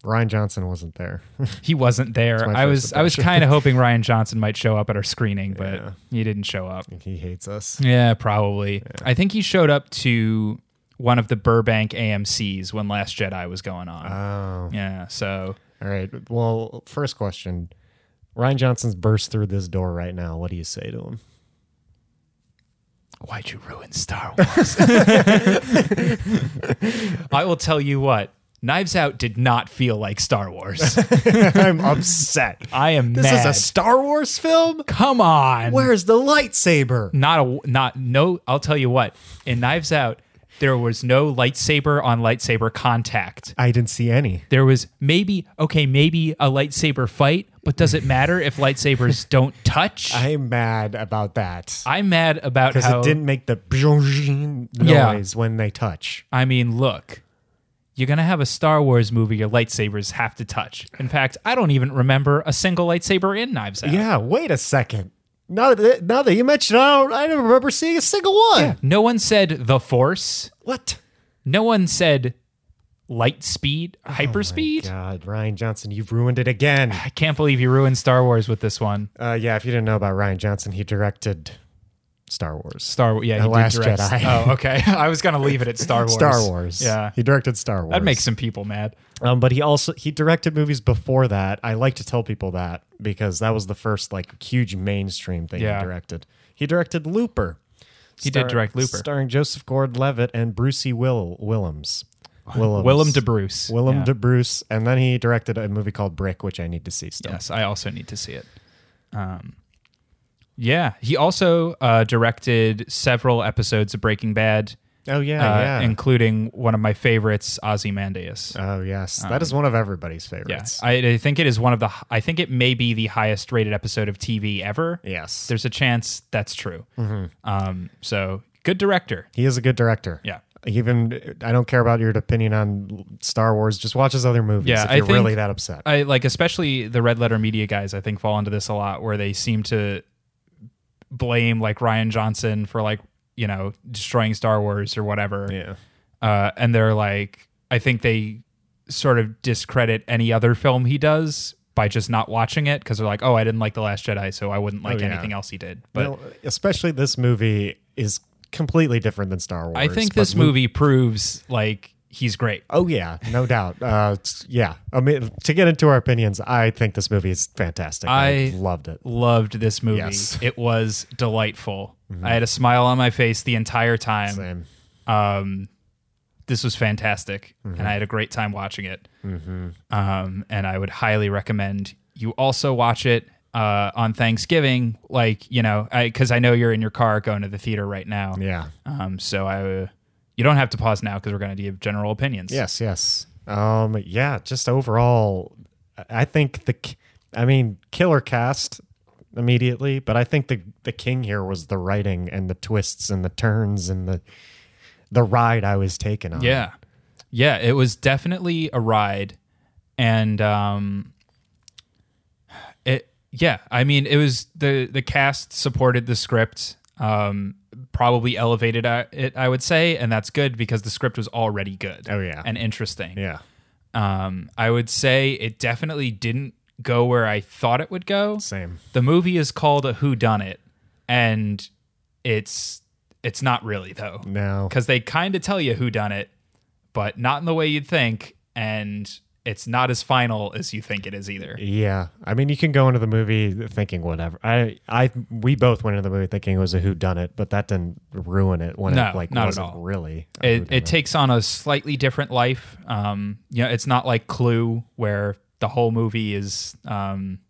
B: Ryan Johnson wasn't there.
C: He wasn't there.
B: my
C: I
B: first
C: was. I was
B: impression.
C: kind of hoping Ryan Johnson might show up at our screening, but
B: Yeah.
C: he didn't show up.
B: he hates us.
C: Yeah, probably. I think he showed up to one of the Burbank AMC's when Last Jedi was going on.
B: Oh.
C: yeah, so
B: All right. Well, first question. Ryan Johnson's burst through this door right now. What do you say to him?
C: Why'd you ruin Star Wars? I will tell you what. Knives Out did not feel like Star Wars.
B: I'm upset.
C: I am
B: This
C: mad.
B: is a Star Wars film?
C: Come on.
B: Where's the lightsaber?
C: Not a not no. I'll tell you what. In Knives Out, there was no lightsaber on lightsaber contact.
B: I didn't see any.
C: There was maybe okay, maybe a lightsaber fight, but does it matter if lightsabers don't touch? I,
B: I'm mad about that.
C: am mad about
B: Because
C: how
B: it didn't make the noise
C: Yeah.
B: when they touch.
C: I mean, look, you're going to have a Star Wars movie, your lightsabers have to touch. In fact, I don't even remember a single lightsaber in Knives Out.
B: Yeah, wait a second. Now that now that you mention, it, I don't, I don't remember seeing a single one.
C: No one said the Force.
B: What?
C: No one said light speed, hyperspeed.
B: Oh God, Ryan Johnson, you've ruined it again.
C: I can't believe you ruined Star Wars with this one.
B: Uh, yeah, if you didn't know about Ryan Johnson, he directed Star Wars.
C: Star Wars. Yeah, he
B: The
C: did
B: Last
C: direct-
B: Jedi.
C: Oh, okay. I was going to leave it at Star Wars.
B: Star Wars.
C: Yeah.
B: he directed Star Wars.
C: That makes some people mad.
B: Um, but he also he directed movies before that. I like to tell people that because that was the first like huge mainstream thing
C: Yeah.
B: he directed. He directed Looper.
C: He did direct Looper.
B: starring Joseph Gordon-Levitt and Brucey Will Willems. Willems.
C: Willem de Bruce.
B: Willem
C: Yeah.
B: de Bruce, and then he directed a movie called Brick, which I need to see still.
C: Yes, I also need to see it. Um, yeah, he also uh, directed several episodes of Breaking Bad,
B: Oh yeah,
C: uh,
B: yeah.
C: including one of my favorites, Ozymandias.
B: oh yes, that is one of everybody's
C: Yes,
B: favorites.
C: Um, I, I think it is one of the. I think it may be the highest rated episode of TV ever.
B: Yes, Mm-hmm.
C: There's a chance that's true. Um, so good director.
B: he is a good director.
C: Yeah.
B: Even I don't care about your opinion on Star Wars. Just watch his other movies
C: Yeah,
B: if
C: I
B: you're
C: think-
B: really that upset.
C: I like especially the red letter media guys I think fall into this a lot where they seem to blame like Ryan Johnson for like, you know, destroying Star Wars or whatever.
B: yeah.
C: Uh and they're like I think they sort of discredit any other film he does by just not watching it because they're like, "Oh, I didn't like The Last Jedi, so I wouldn't like
B: Oh, yeah.
C: anything else he did." But
B: Well, especially this movie is completely different than Star Wars.
C: I think
B: but
C: this
B: Lu-
C: movie proves like he's great.
B: Oh yeah, no doubt. Uh, it's- yeah, I mean, to get into our opinions, I think this movie is fantastic. I,
C: I-
B: loved it.
C: Loved this movie.
B: Yes. Mm-hmm.
C: It was delightful. I had a smile on my face the entire time.
B: Same.
C: Um, this was fantastic, and I had a great time watching it. Um, and I would highly recommend you also watch it uh, on Thanksgiving, like you know, because I, know you're in your car going to the theater right now.
B: Yeah.
C: Um, so I, uh, you don't have to pause now because we're going to give general opinions.
B: Yes. Yes. Um. Yeah. Just overall, I- I think the, k- I mean, killer cast immediately, but I think the the king here was the writing and the twists and the turns and the the ride I was taken on.
C: Yeah. Yeah, it was definitely a ride and um it yeah, I mean it was the the cast supported the script um probably elevated uh, it I would say and that's good because the script was already good.
B: Oh, yeah.
C: And interesting.
B: Yeah.
C: Um I would say it definitely didn't go where I thought it would go.
B: Same.
C: The movie is called a Who Done It and it's it's not really though
B: No.
C: because they kind of tell you who done it, but not in the way you'd think, and it's not as final as you think it is either.
B: Yeah, I mean, you can go into the movie thinking whatever. I, I, we both went into the movie thinking it was a whodunit, but that didn't ruin it when
C: No,
B: it like
C: not at
B: wasn't
C: all.
B: really. a
C: It,
B: whodunit.
C: it takes on a slightly different life. Um, you know, it's not like Clue where the whole movie is, um,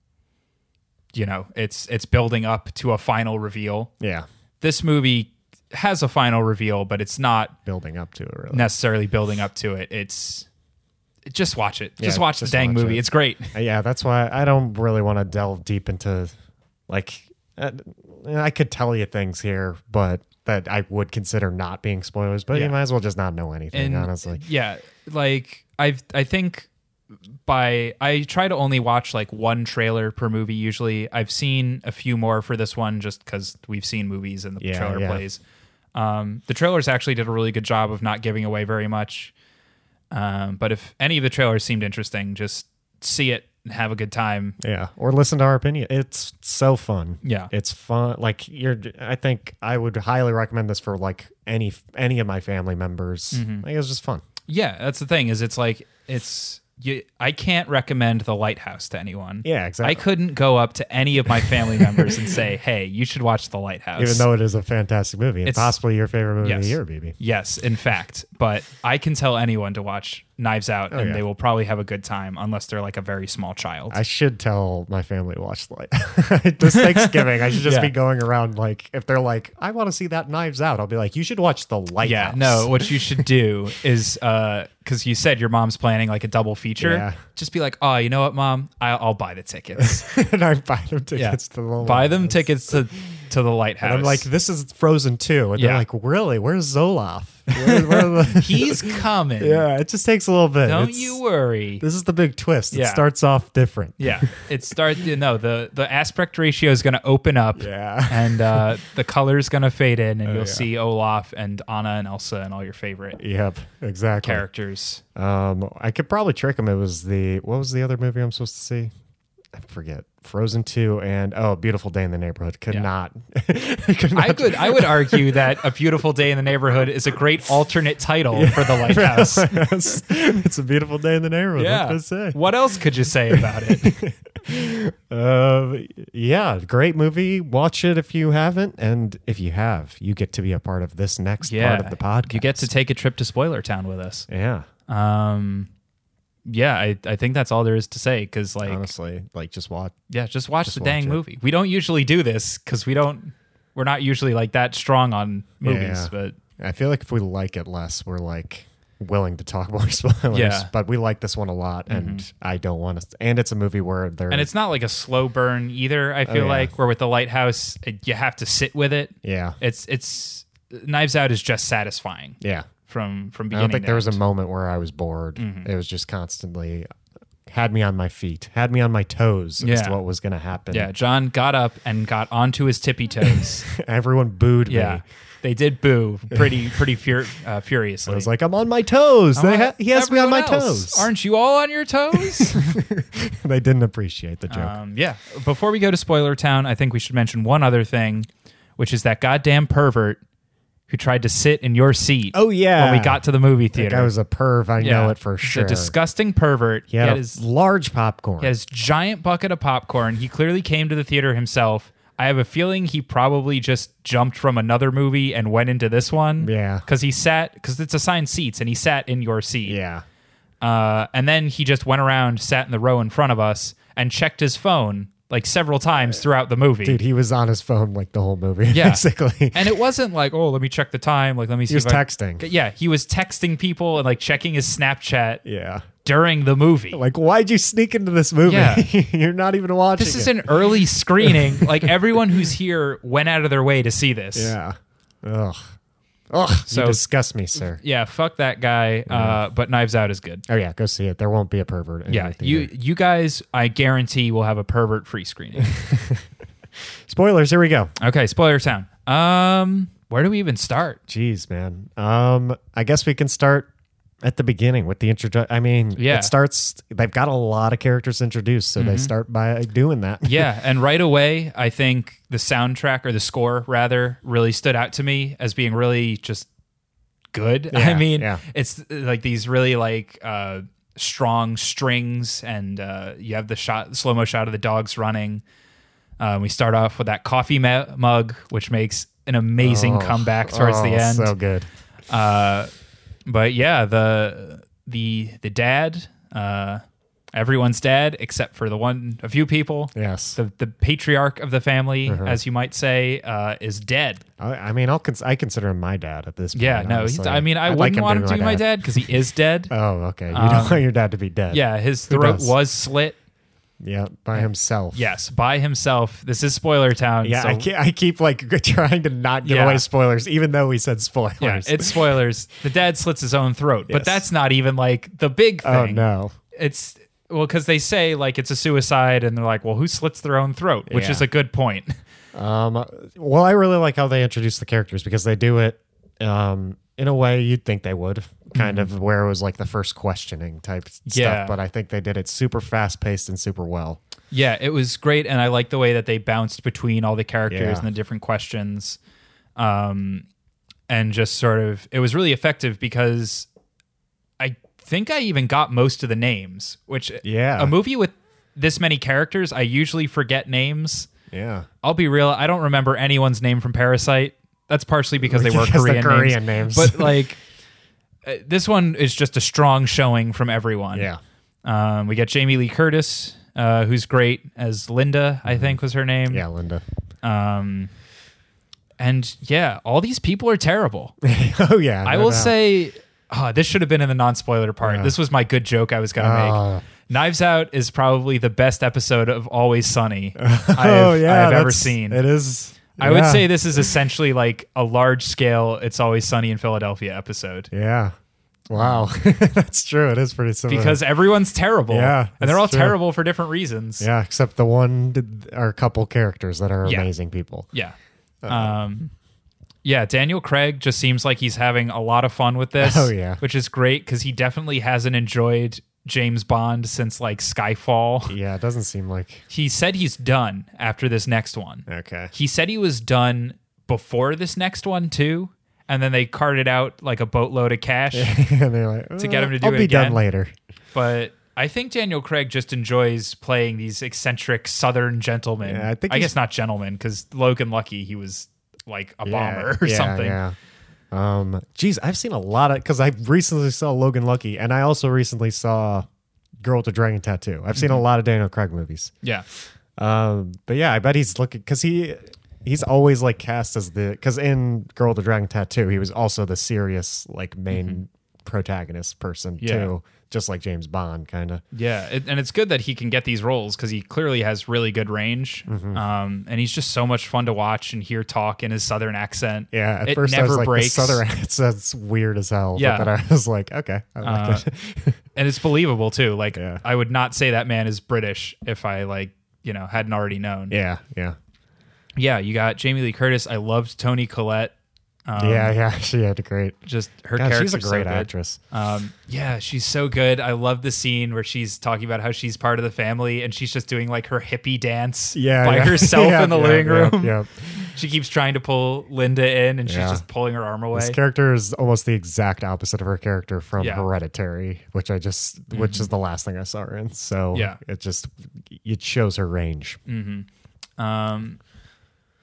C: you know, it's it's building up to a final reveal.
B: yeah,
C: This movie has a final reveal, but it's not
B: building up to it really.
C: necessarily building up to it. It's just watch it. Just
B: Yeah,
C: watch
B: just
C: the dang
B: watch
C: movie.
B: it.
C: It's great.
B: Uh, Yeah, that's why I don't really want to delve deep into, like, uh, I could tell you things here, but that I would consider not being spoilers. But you
C: Yeah.
B: might as well just not know anything,
C: and
B: honestly.
C: yeah like i've i think by i try to only watch like one trailer per movie usually i've seen a few more for this one just because we've seen movies and the
B: Yeah,
C: trailer
B: yeah.
C: plays um, the trailers actually did a really good job of not giving away very much um, but if any of the trailers seemed interesting just see it and have a good time
B: Yeah, or listen to our opinion. It's so fun.
C: Yeah.
B: it's fun. Like you're, I think I would highly recommend this for like any any of my family members.
C: Mm-hmm.
B: I think it was just fun.
C: yeah that's the thing is it's like it's you, i can't recommend the lighthouse to anyone
B: Yeah,
C: I
B: exactly.
C: couldn't go up to any of my family members and say, "Hey, you should watch The Lighthouse."
B: Even though it is a fantastic movie, and
C: It's-
B: possibly your favorite movie of
C: Yes.
B: the year, BB.
C: yes, in fact, but I can tell anyone to watch Knives Out, and
B: Oh, yeah.
C: they will probably have a good time, unless they're like a very small child.
B: I should tell my family to watch the light. this Thanksgiving, I should just
C: Yeah.
B: be going around like if they're like, I want to see that Knives Out. I'll be like, you should watch the lighthouse.
C: yeah, no. What you should do is, because you said your mom's planning like a double feature,
B: Yeah.
C: just be like, "Oh, you know what, mom? I'll, I'll buy the tickets.
B: and I buy them tickets
C: Yeah,
B: to the Lighthouse.
C: buy them tickets to to the Lighthouse."
B: And I'm like, this is Frozen too, and they're
C: Yeah.
B: like, really? Where's Zoloff? Where, where are the-
C: "He's coming.
B: yeah, it just takes a little bit.
C: Don't
B: It's-
C: you worry."
B: This is the big twist. It
C: Yeah.
B: starts off different.
C: Yeah, it starts. You know, the the aspect ratio is going to open up,
B: Yeah. Oh,
C: and uh, the color is going to fade in, and you'll
B: yeah.
C: see Olaf and Anna and Elsa and all your favorite
B: Yep, exactly.
C: characters.
B: Um, I could probably trick him. It was the what was the other movie I'm supposed to see? I forget. Frozen Two and oh, Beautiful Day in the Neighborhood. Could
C: Yeah.
B: not. could
C: I
B: not-
C: could I would argue that a beautiful day in the neighborhood is a great alternate title for the lighthouse.
B: Yes. it's a beautiful day in the neighborhood. Yeah.
C: Yeah.
B: What can I say?
C: What else could you say about it?
B: Um, yeah, great movie. Watch it if you haven't, and if you have, you get to be a part of this next
C: Yeah,
B: part of the podcast.
C: you get to take a trip to Spoiler Town with us.
B: yeah.
C: Um, yeah, I, I think that's all there is to say because like
B: Honestly, like just watch.
C: Yeah, just watch the
B: watch
C: dang
B: it.
C: movie. We don't usually do this because we don't. We're not usually like that strong on movies,
B: Yeah.
C: but
B: I feel like if we like it less, we're like willing to talk more spoilers.
C: Yeah. Mm-hmm.
B: But we like this one a lot, and I don't want to. And it's a movie where there.
C: and it's not like a slow burn either. I feel
B: Oh, yeah.
C: like where with the lighthouse, it, you have to sit with it.
B: yeah,
C: It's it's Knives Out is just satisfying
B: yeah.
C: from
B: I
C: from beginning.
B: don't think
C: to
B: there was a
C: end.
B: moment where I was bored.
C: Mm-hmm.
B: It was just constantly had me on my feet, had me on my toes as to
C: Yeah.
B: what was going to happen.
C: yeah. John got up and got onto his tippy toes.
B: Everyone booed
C: yeah,
B: me.
C: they did boo pretty pretty fur- uh, furiously.
B: I was like, I'm on my toes. They ha- he has me on my
C: Everyone else,
B: toes.
C: Aren't you all on your toes?
B: they didn't appreciate the joke.
C: Um, yeah. Before we go to Spoiler Town, I think we should mention one other thing, which is that goddamn pervert who tried to sit in your seat
B: Oh, yeah.
C: when we got to the movie
B: That
C: theater.
B: guy was a perv. I
C: Yeah.
B: know it for
C: He's
B: sure.
C: a disgusting pervert.
B: he had,
C: He
B: a
C: had his-
B: large popcorn.
C: he had his giant bucket of popcorn. He clearly came to the theater himself. I have a feeling he probably just jumped from another movie and went into this one.
B: Yeah.
C: Because he sat, because it's assigned seats and he sat in your seat.
B: yeah.
C: Uh, and then he just went around, sat in the row in front of us, and checked his phone like several times throughout the movie.
B: Dude, he was on his phone like the whole movie,
C: Yeah.
B: basically.
C: And it wasn't like, oh, let me check the time. Like, let me see.
B: He was
C: if I-"
B: texting.
C: Yeah, he was texting people and like checking his Snapchat
B: Yeah.
C: during the movie.
B: Like, why'd you sneak into this movie?
C: Yeah.
B: You're not even watching
C: this
B: it.
C: is an early screening. like everyone who's here went out of their way to see this.
B: Yeah. Ugh. Ugh.
C: So-
B: you disgust me, sir.
C: Yeah, fuck that guy. Uh, but Knives Out is good.
B: Oh yeah, go see it. There won't be a pervert. In
C: Yeah,
B: the
C: you
B: theater.
C: you guys, I guarantee, will have a pervert free screening.
B: Spoilers. Here we go.
C: okay, spoiler town. Um, where do we even start?
B: Jeez, man. Um, I guess we can start at the beginning with the intro. I mean,
C: Yeah. Mm-hmm.
B: it starts. They've got a lot of characters introduced, so they start by doing that.
C: yeah, and right away, I think the soundtrack or the score rather really stood out to me as being really just good. I
B: Yeah,
C: mean,
B: yeah.
C: it's uh, like these really like uh, strong strings, and uh, you have the shot, slow mo shot of the dogs running. Uh, we start off with that coffee mu- mug, which makes an amazing comeback towards the
B: Oh,
C: end.
B: So good.
C: Uh, but yeah, the the the dad, uh, everyone's dad except for the one, a few people
B: Yes. Uh-huh.
C: the, the patriarch of the family, as you might say, uh, is dead.
B: I, I mean, I'll cons- I consider him my dad at this. point.
C: Yeah, no, he's,
B: honestly.
C: I mean, I
B: I'd like
C: wouldn't want him to
B: be
C: be my dad because he is dead.
B: Oh, okay. You
C: Um,
B: don't want your dad to be dead.
C: yeah, his throat
B: does?
C: was slit.
B: Yeah, by himself.
C: Yes, by himself. This is spoiler town.
B: Yeah,
C: so-
B: I, ke- I keep like trying to not give
C: Yeah.
B: away spoilers, even though we said spoilers.
C: yeah, it's spoilers. The dad slits his own throat, but
B: Yes.
C: that's not even like the big thing.
B: oh no,
C: It's well because they say like it's a suicide, and they're like, well, who slits their own throat? Which
B: Yeah.
C: is a good point.
B: Um, well, I really like how they introduce the characters because they do it um, in a way you'd think they would, kind of where it was like the first questioning type
C: Mm-hmm. Yeah.
B: stuff. But I think they did it super fast paced and super well.
C: Yeah, it was great, and I like the way that they bounced between all the characters
B: Yeah.
C: and the different questions, um, and just sort of it was really effective because I think I even got most of the names. Which
B: Yeah.
C: a movie with this many characters, I usually forget names.
B: Yeah,
C: I'll be real, I don't remember anyone's name from Parasite. That's partially because they were
B: Because
C: Korean,
B: they're Korean names.
C: but like. uh, This one is just a strong showing from everyone.
B: yeah,
C: Um, we got Jamie Lee Curtis, uh, who's great as Linda, I think was her name.
B: Mm-hmm. yeah, Linda.
C: Um, and yeah, all these people are terrible.
B: oh yeah,
C: I
B: no
C: will
B: doubt.
C: say, ah, this should have been in the non-spoiler part. This was my good joke I was gonna
B: Ah.
C: make. Knives Out is probably the best episode of Always Sunny I've,
B: Oh yeah,
C: I've ever
B: that's-
C: seen.
B: It is.
C: I would
B: yeah.
C: say this is essentially like a large scale "It's Always Sunny in Philadelphia" episode
B: Yeah. Wow, that's true. It is pretty similar.
C: because everyone's terrible,
B: Yeah,
C: and they're
B: that's
C: all
B: true.
C: terrible for different reasons.
B: yeah, except the one did- or a couple characters that are
C: Yeah.
B: amazing people.
C: Yeah.
B: Uh-huh.
C: Um, yeah, Daniel Craig just seems like he's having a lot of fun with this.
B: Oh, yeah.
C: Which is great because he definitely hasn't enjoyed James Bond since like Skyfall.
B: Yeah, it doesn't seem like
C: He said he's done after this next one.
B: okay.
C: He said he was done before this next one, too. And then they carted out like a boatload of cash.
B: and they're like, to
C: get him to do
B: I'll
C: it
B: be
C: again."
B: done later.
C: but I think Daniel Craig just enjoys playing these eccentric Southern gentlemen.
B: Yeah, I think
C: I
B: he's-
C: guess not gentlemen because Logan Lucky, he was like a bomber or something.
B: Yeah. Um, geez, I've seen a lot of because I recently saw Logan Lucky, and I also recently saw Girl with the Dragon Tattoo. I've
C: Mm-hmm.
B: seen a lot of Daniel Craig movies.
C: yeah.
B: Um, but yeah, I bet he's looking because he he's always like cast as the because in Girl with the Dragon Tattoo he was also the serious like main protagonist person
C: Mm-hmm. Yeah.
B: too, just like James Bond kind of.
C: Yeah, it, and it's good that he can get these roles because he clearly has really good range,
B: Mm-hmm.
C: um, and he's just so much fun to watch and hear talk in his southern accent.
B: Yeah, at
C: it
B: first
C: never
B: I was like,
C: breaks,
B: the southern accent's weird as hell.
C: Yeah.
B: but then I was like, okay, I like
C: Uh,
B: it.
C: and it's believable too. Like,
B: Yeah.
C: I would not say that man is British if I like you know hadn't already known.
B: Yeah, yeah.
C: Yeah, you got Jamie Lee Curtis. I loved Tony Collette. Um,
B: yeah, yeah, she had a great.
C: just her
B: God,
C: character.
B: she's a great
C: so good.
B: actress.
C: Um, yeah, she's so good. I love the scene where she's talking about how she's part of the family and she's just doing like her hippie dance
B: Yeah,
C: by
B: yeah.
C: herself
B: Yeah,
C: in the
B: yeah,
C: living
B: yeah,
C: room.
B: Yeah,
C: she keeps trying to pull Linda in, and she's
B: Yeah.
C: just pulling her arm away.
B: This character is almost the exact opposite of her character from
C: Yeah. Mm-hmm.
B: Hereditary, which I just, which is the last thing I saw her in. So
C: Yeah. Mm.
B: it just, it shows her range.
C: Um,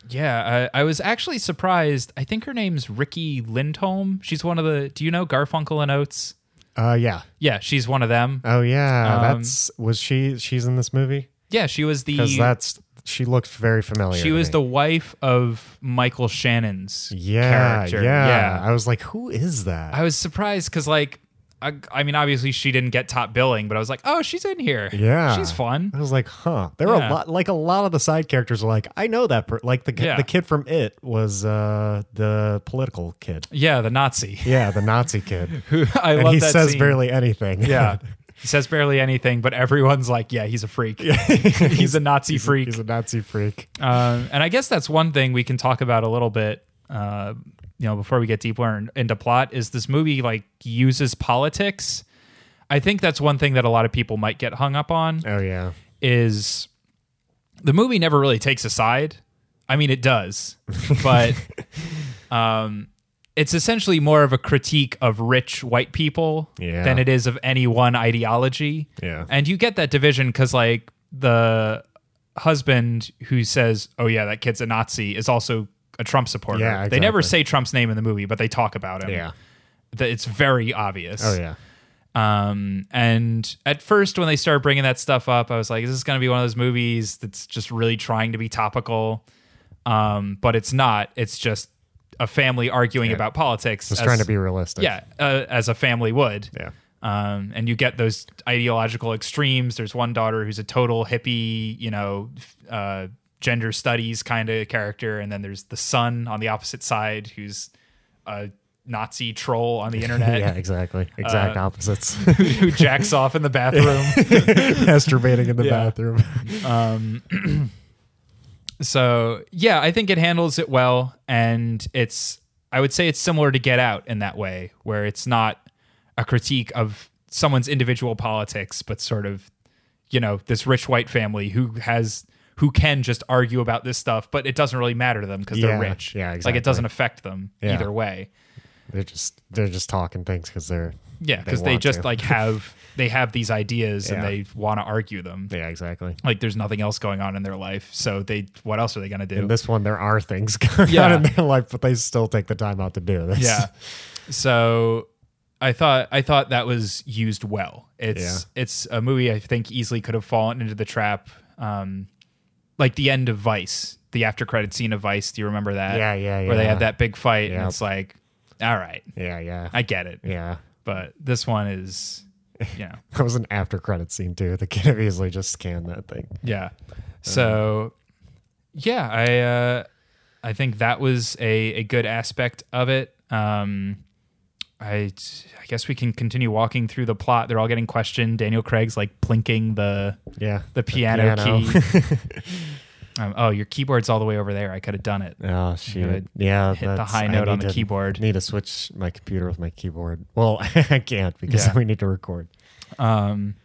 C: yeah, I, I was actually surprised. I think her name's Ricky Lindholm. She's one of the. Do you know Garfunkel and Oates?
B: Uh, yeah.
C: Yeah, she's one of them.
B: Oh yeah.
C: Um,
B: that's was she? She's in this movie
C: Yeah, she was the.
B: because that's she looked very familiar.
C: she
B: to
C: was
B: me.
C: the wife of Michael Shannon's
B: yeah,
C: character.
B: yeah
C: yeah.
B: I was like, who is that?
C: I was surprised because, like, I, I mean, obviously she didn't get top billing, but I was like, oh, she's in here.
B: Yeah.
C: she's fun.
B: I was like, huh. There were
C: Yeah.
B: a lot, like a lot of the side characters were like, I know that. Per-. Like the
C: Yeah.
B: the kid from It was uh the political kid.
C: Yeah, the Nazi.
B: Yeah, the Nazi kid.
C: I
B: and
C: love
B: he
C: that
B: says
C: scene.
B: barely anything.
C: Yeah, he says barely anything, but everyone's like, yeah, he's a freak. he's a Nazi freak.
B: He's a Nazi freak.
C: Um, and I guess that's one thing we can talk about a little bit. Uh, you know, before we get deeper in, into plot, is this movie like uses politics? I think that's one thing that a lot of people might get hung up on
B: Oh yeah.
C: is the movie never really takes a side. I mean, it does, but um, it's essentially more of a critique of rich white people
B: Yeah.
C: than it is of any one ideology.
B: Yeah.
C: And you get that division because, like, the husband who says, "Oh yeah, that kid's a Nazi," is also a Trump supporter.
B: Yeah,
C: They never
B: exactly.
C: say Trump's name in the movie, but they talk about him.
B: Yeah.
C: Th- it's very obvious.
B: Oh yeah.
C: Um, and at first, when they started bringing that stuff up, I was like, is this going to be one of those movies that's just really trying to be topical? Um, but it's not. It's just a family arguing about politics.
B: Just trying to be realistic.
C: Yeah, uh, as a family would.
B: Yeah.
C: Um, and you get those ideological extremes. There's one daughter who's a total hippie, you know, f- uh, gender studies kind of character. And then there's the son on the opposite side who's a Nazi troll on the internet
B: Yeah, exactly.
C: Uh,
B: Exact opposites.
C: who jacks off in the bathroom.
B: Masturbating in the
C: Yeah.
B: bathroom.
C: So yeah, I think it handles it well, and it's I would say it's similar to Get Out in that way, where it's not a critique of someone's individual politics, but sort of you know this rich white family who has who can just argue about this stuff, but it doesn't really matter to them because they're
B: Yeah,
C: rich.
B: yeah,
C: Like
B: exactly.
C: it doesn't affect them
B: Yeah.
C: either way.
B: They're just they're just talking things because they're
C: Yeah, because they,
B: want
C: just
B: to.
C: like have they have these ideas and
B: Yeah.
C: they want to argue them.
B: yeah exactly.
C: Like there's nothing else going on in their life, so they what else are they gonna do?
B: In this one, there are things going on
C: Yeah.
B: in their life, but they still take the time out to do this.
C: yeah so i thought i thought that was used well it's it's a movie i think easily could have fallen into the trap um like the end of vice the after credit scene of vice do you remember that
B: Yeah, yeah,
C: where they
B: yeah.
C: have that big fight and
B: Yeah.
C: it's like all right
B: yeah, yeah,
C: i get it
B: yeah.
C: but this one is you know
B: That was an after credit scene too. They could have easily just scanned that thing.
C: yeah so yeah i uh i think that was a a good aspect of it um i i guess we can continue walking through the plot they're all getting questioned daniel craig's like plinking the
B: Yeah,
C: the piano,
B: piano.
C: key um, oh your keyboard's all the way over there i could have done it
B: Oh shoot!
C: Gotta
B: Yeah,
C: hit the
B: that's-
C: high
B: I
C: note on
B: need
C: the
B: to-
C: keyboard.
B: Need to switch my computer with my keyboard. Well, I can't because
C: Yeah.
B: we need to record.
C: um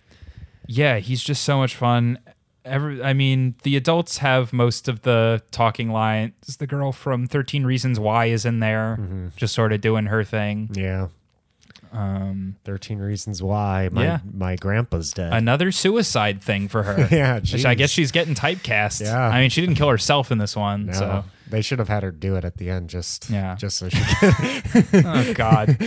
C: yeah he's just so much fun Every, I mean, the adults have most of the talking lines. The girl from 13 Reasons Why is in there, just sort of doing her thing.
B: Yeah,
C: Um,
B: thirteen reasons why my
C: Yeah.
B: my grandpa's dead.
C: another suicide thing for her.
B: Yeah,
C: Which I
B: jeez.
C: guess she's getting typecast.
B: Yeah.
C: I mean, she didn't kill herself in this one.
B: No,
C: So,
B: they should have had her do it at the end. Just
C: Yeah.
B: just so she could.
C: oh God.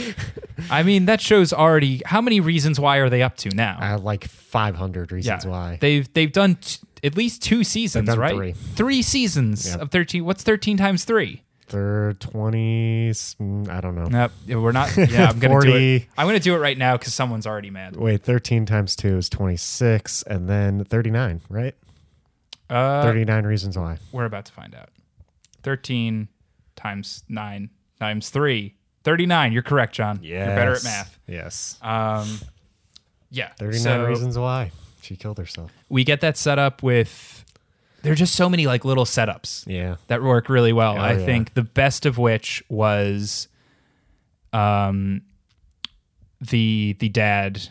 C: I mean, that show's already. How many reasons why are they up to now?
B: I had like five hundred Uh, reasons why.
C: they've they've done t- at least two seasons,
B: done
C: right?
B: three.
C: seasons
B: Yep.
C: of thirteen. What's thirteen times three?
B: They're twenty. s- mm, I don't know.
C: Nope, we're not. Yeah, I'm gonna do it.
B: 40.
C: I'm gonna do it right now because someone's already mad.
B: Wait, 13 times 2 is 26, and then 39, right?
C: Uh,
B: 39 reasons why.
C: We're about to find out. 13 times 9 times 3. 39. You're correct, John. You're better at math.
B: Yes.
C: Um, yeah.
B: 39
C: so
B: reasons why she killed herself.
C: We get that set up with. There are just so many like little setups
B: Yeah. Oh,
C: that work really well. I
B: yeah.
C: think the best of which was, um, the the dad,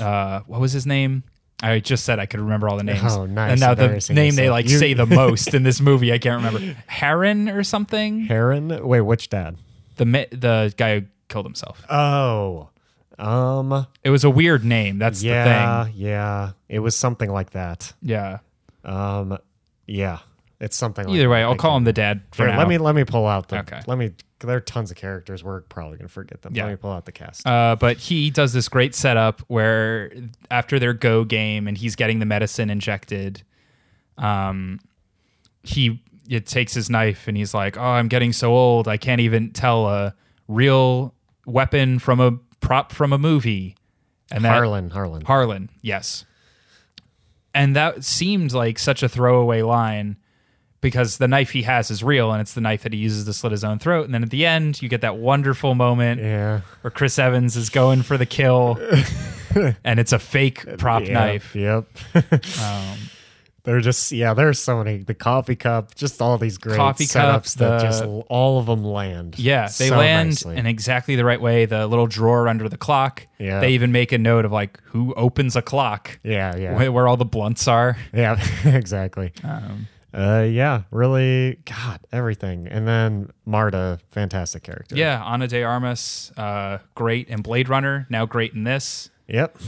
C: uh, what was his name? I just said I could remember all the names.
B: Oh, nice.
C: And now
B: Very
C: the
B: single
C: name they
B: cell.
C: like
B: You-
C: say the most in this movie, I can't remember. Heron or something.
B: Heron? Wait, which dad?
C: The ma- the guy who killed himself.
B: Oh, um,
C: It was a weird name. That's the
B: yeah, yeah. It was something like that.
C: thing. Yeah.
B: Um, yeah, it's something.
C: Either
B: like
C: way,
B: that.
C: I'll
B: I
C: call him the dad for
B: Here,
C: now.
B: let me let me pull out the.
C: Okay.
B: Let me. There are tons of characters. We're probably gonna forget them.
C: Yeah.
B: Let me pull out the cast.
C: Uh, but he does this great setup where after their go game and he's getting the medicine injected, um, he it takes his knife and he's like, "Oh, I'm getting so old, I can't even tell a real weapon from a prop from a movie." And that,
B: Harlan. Harlan.
C: Harlan, yes. And that seemed like such a throwaway line because the knife he has is real and it's the knife that he uses to slit his own throat. And then at the end, you get that wonderful moment
B: yeah.
C: where Chris Evans is going for the kill, and it's a fake prop
B: Yep,
C: knife.
B: Yep.
C: Um,
B: They're just yeah. There's so many. The coffee cup. Just all these great
C: Coffee cup,
B: setups that
C: the-
B: just all of them land.
C: yeah, they
B: so
C: land
B: nicely.
C: in exactly the right way. The little drawer under the clock.
B: Yeah.
C: They even make a note of like who opens a clock,
B: yeah. Yeah.
C: where, where all the blunts are.
B: Yeah, exactly.
C: Um,
B: uh, yeah, really. God, everything. And then Marta, fantastic character.
C: Yeah, Ana de Armas, uh, great in Blade Runner. Now great in this.
B: Yep.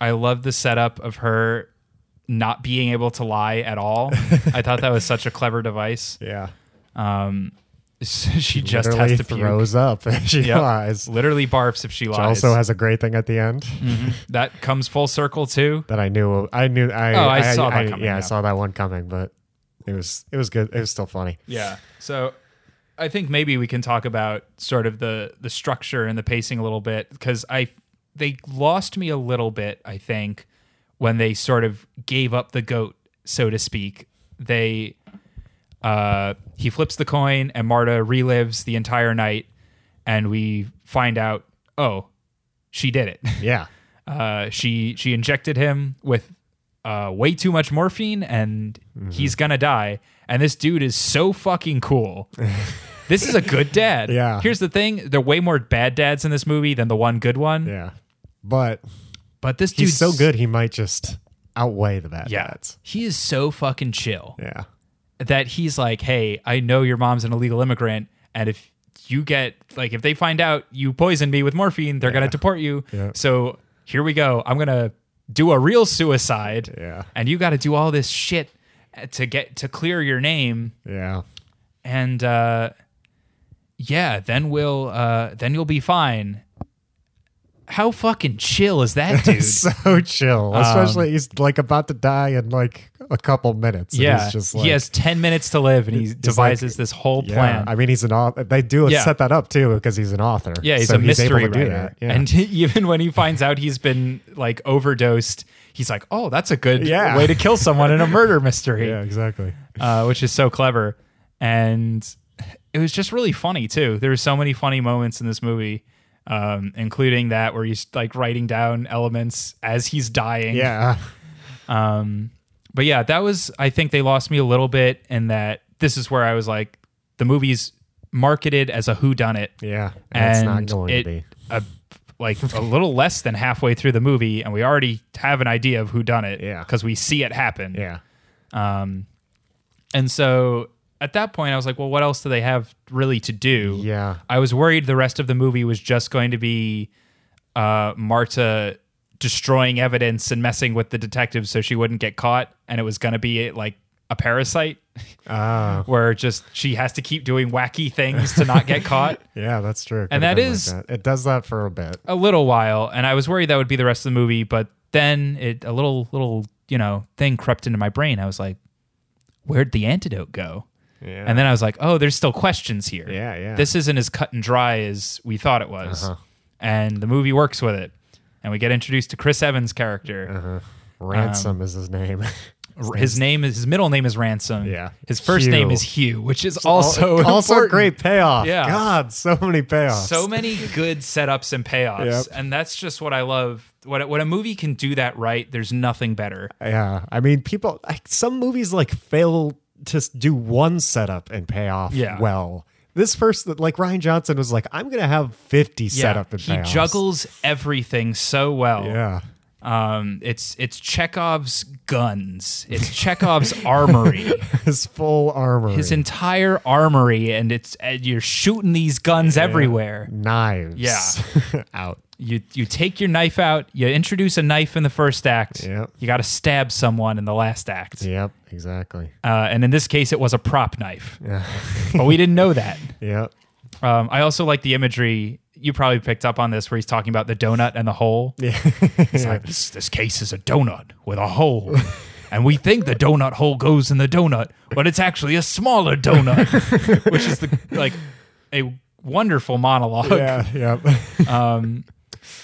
C: I love the setup of her not being able to lie at all. I thought that was such a clever device.
B: Yeah.
C: Um, she just
B: Literally
C: has to puke.
B: throws up and she
C: Yep.
B: lies. She
C: Literally barfs if she lies.
B: also has a great thing at the end
C: Mm. that comes full circle too.
B: that I knew. I knew. I.
C: Oh, I saw that coming,
B: Yeah,
C: yeah.
B: I saw that one coming, but it was it was good. It was still funny.
C: Yeah. So I think maybe we can talk about sort of the the structure and the pacing a little bit because I they lost me a little bit. I think when they sort of gave up the goat, so to speak. They uh, he flips the coin and Marta relives the entire night, and we find out oh she did it.
B: Yeah.
C: Uh, she she injected him with uh, way too much morphine, and
B: Mm-hmm.
C: he's gonna die. And this dude is so fucking cool. this is a good dad.
B: Yeah.
C: Here's the thing: there are way more bad dads in this movie than the one good one.
B: Yeah. But
C: But this
B: he's
C: dude's
B: so good, he might just outweigh the bad
C: Yeah.
B: dads.
C: He is so fucking chill
B: Yeah.
C: that he's like, "Hey, I know your mom's an illegal immigrant, and if you get like if they find out you poisoned me with morphine, they're gonna deport you.
B: Yeah.
C: So here we go. I'm gonna do a real suicide.
B: Yeah.
C: and you got to do all this shit to get to clear your name
B: Yeah.
C: and uh yeah then we'll uh then you'll be fine how fucking chill is that dude
B: so chill.
C: Um,
B: Especially he's like about to die in like a couple minutes. and
C: yeah
B: he's just like,
C: he has 10 minutes to live and he devises this whole
B: yeah.
C: plan
B: I mean, he's an author. They do
C: Yeah.
B: set that up too because he's an authher.
C: yeah he's
B: So
C: a mystery
B: able to do
C: writer
B: that. Yeah.
C: and even when he finds out he's been like overdosed he's like oh that's a good
B: Yeah.
C: way to kill someone in a murder mystery
B: yeah, exactly.
C: uh, which is so clever. And it was just really funny too. There were so many funny moments in this movie, um, including that where he's like writing down elements as he's dying.
B: Yeah.
C: Um, but yeah, that was I think they lost me a little bit in that this is where I was like, the movie's marketed as a who done it.
B: Yeah. And
C: And
B: it's not going
C: it-
B: to be.
C: A, like a little less than halfway through the movie, and we already have an idea of who done it.
B: Yeah.
C: Because we see it happen.
B: Yeah.
C: Um, and so at that point, I was like, well, what else do they have really to do?
B: Yeah.
C: I was worried the rest of the movie was just going to be uh, Marta destroying evidence and messing with the detectives so she wouldn't get caught. And it was going to be like a parasite
B: Oh.
C: where just she has to keep doing wacky things to not get caught.
B: Yeah, that's true. It
C: And
B: could've
C: that
B: been like
C: is-
B: that. it does that for a bit.
C: a little while, and I was worried that would be the rest of the movie. But then it a little little you know thing crept into my brain. I was like, "Where'd the antidote go?"
B: Yeah.
C: And then I was like, "Oh, there's still questions here.
B: Yeah, yeah.
C: This isn't as cut and dry as we thought it was."
B: Uh-huh.
C: And the movie works with it, and we get introduced to Chris Evans' character.
B: uh,
C: um,
B: Ransom is his name.
C: R- His name is his middle name is Ransom.
B: Yeah.
C: His first
B: Hugh.
C: name is Hugh, which is also
B: also
C: important.
B: great payoff.
C: Yeah.
B: God, so many payoffs.
C: so many good setups and payoffs
B: Yep.
C: and that's just what i love what, when a movie can do that right there's nothing better
B: Yeah, I mean, people. Like, some movies like fail to s- do one setup and pay off
C: Yeah.
B: well. This person, like Ryan Johnson, was like, "I'm gonna have 50
C: yeah,
B: setup and
C: he
B: payoffs."
C: juggles everything so well
B: Yeah,
C: Um, it's it's Chekhov's guns. It's Chekhov's armory.
B: His full armor.
C: His entire armory, and it's and you're shooting these guns everywhere.
B: knives.
C: Yeah.
B: out.
C: You you take your knife out. You introduce a knife in the first act.
B: Yep.
C: You got to stab someone in the last act.
B: Yep. Exactly.
C: Uh, and in this case, it was a prop knife. but we didn't know that.
B: Yep.
C: Um, I also like the imagery. You probably picked up on this where he's talking about the donut and the hole. Yeah. He's like, this, this case is a donut with a hole. And we think the donut hole goes in the donut, but it's actually a smaller donut, which is the, like a wonderful monologue.
B: Yeah. Yep.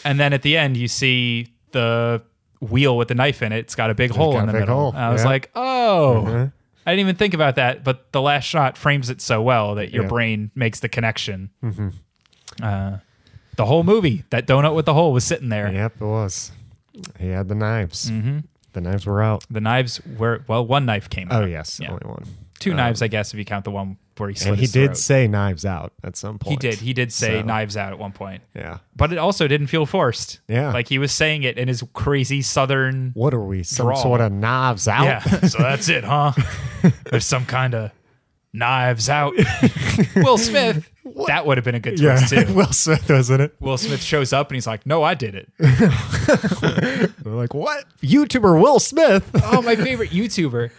C: And then at the end, you see the wheel with the knife in it. It's got a big hole
B: got
C: in
B: a
C: the
B: big hole,
C: middle. And I was
B: yeah. Mm-hmm.
C: like, oh, I didn't even think about that. But the last shot frames it so well that your
B: Yeah. Mm-hmm.
C: brain makes the connection. Uh, the whole movie, that donut with the hole was sitting there.
B: yep. It was. He had the knives. Mm-hmm. The knives were out.
C: The knives were, well, one knife came
B: Oh
C: out.
B: yes,
C: Yeah.
B: only one.
C: Two knives, I guess, if you count the one where he slit
B: And he
C: his
B: did
C: throat.
B: say knives out at some
C: He
B: point.
C: did. He did say
B: So,
C: knives out at one point.
B: Yeah.
C: But it also didn't feel forced.
B: Yeah.
C: Like he was saying it in his crazy southern
B: What are we? Some
C: Draw.
B: sort of knives out?
C: Yeah. so that's it, huh? There's some kind of knives out. Will Smith. That would have been a good twist
B: Yeah.
C: too.
B: Will Smith, wasn't it?
C: Will Smith shows up and he's like, "No, I did it."
B: They're like, what? YouTuber Will Smith.
C: Oh, my favorite YouTuber.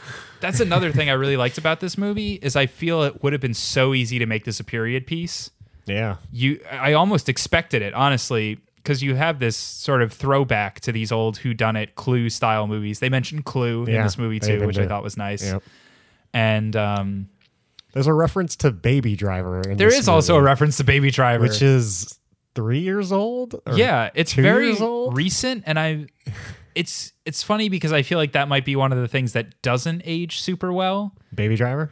C: That's another thing I really liked about this movie is I feel it would have been so easy to make this a period piece.
B: yeah.
C: You, I almost expected it honestly because you have this sort of throwback to these old Who Done It Clue style movies. They mentioned Clue in
B: Yeah,
C: this movie
B: they
C: too,
B: even
C: which I
B: do.
C: thought was nice.
B: Yep.
C: And um,
B: There's a reference to Baby Driver. In
C: There is
B: this
C: also a
B: movie,
C: reference to Baby Driver,
B: which is three years old. Or
C: yeah, it's
B: two
C: very
B: years old?
C: recent, and I, it's it's funny because I feel like that might be one of the things that doesn't age super well.
B: Baby Driver.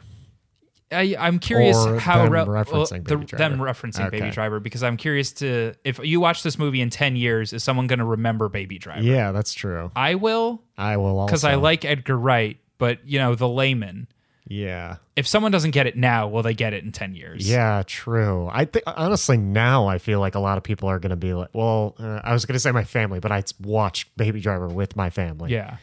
C: I, I'm curious
B: Or
C: how
B: them
C: re-
B: referencing
C: the-
B: Baby Driver.
C: them referencing Baby
B: Okay.
C: Driver because I'm curious to if you watch this movie in ten years, is someone going to remember Baby Driver?
B: Yeah, that's true.
C: I will
B: I will also
C: because I like Edgar Wright, but you know the layman.
B: Yeah.
C: If someone doesn't get it now, will they get it in ten years?
B: Yeah, true. I think honestly now I feel like a lot of people are going to be like, well, uh, I was going to say my family, but I watched Baby Driver with my family.
C: yeah.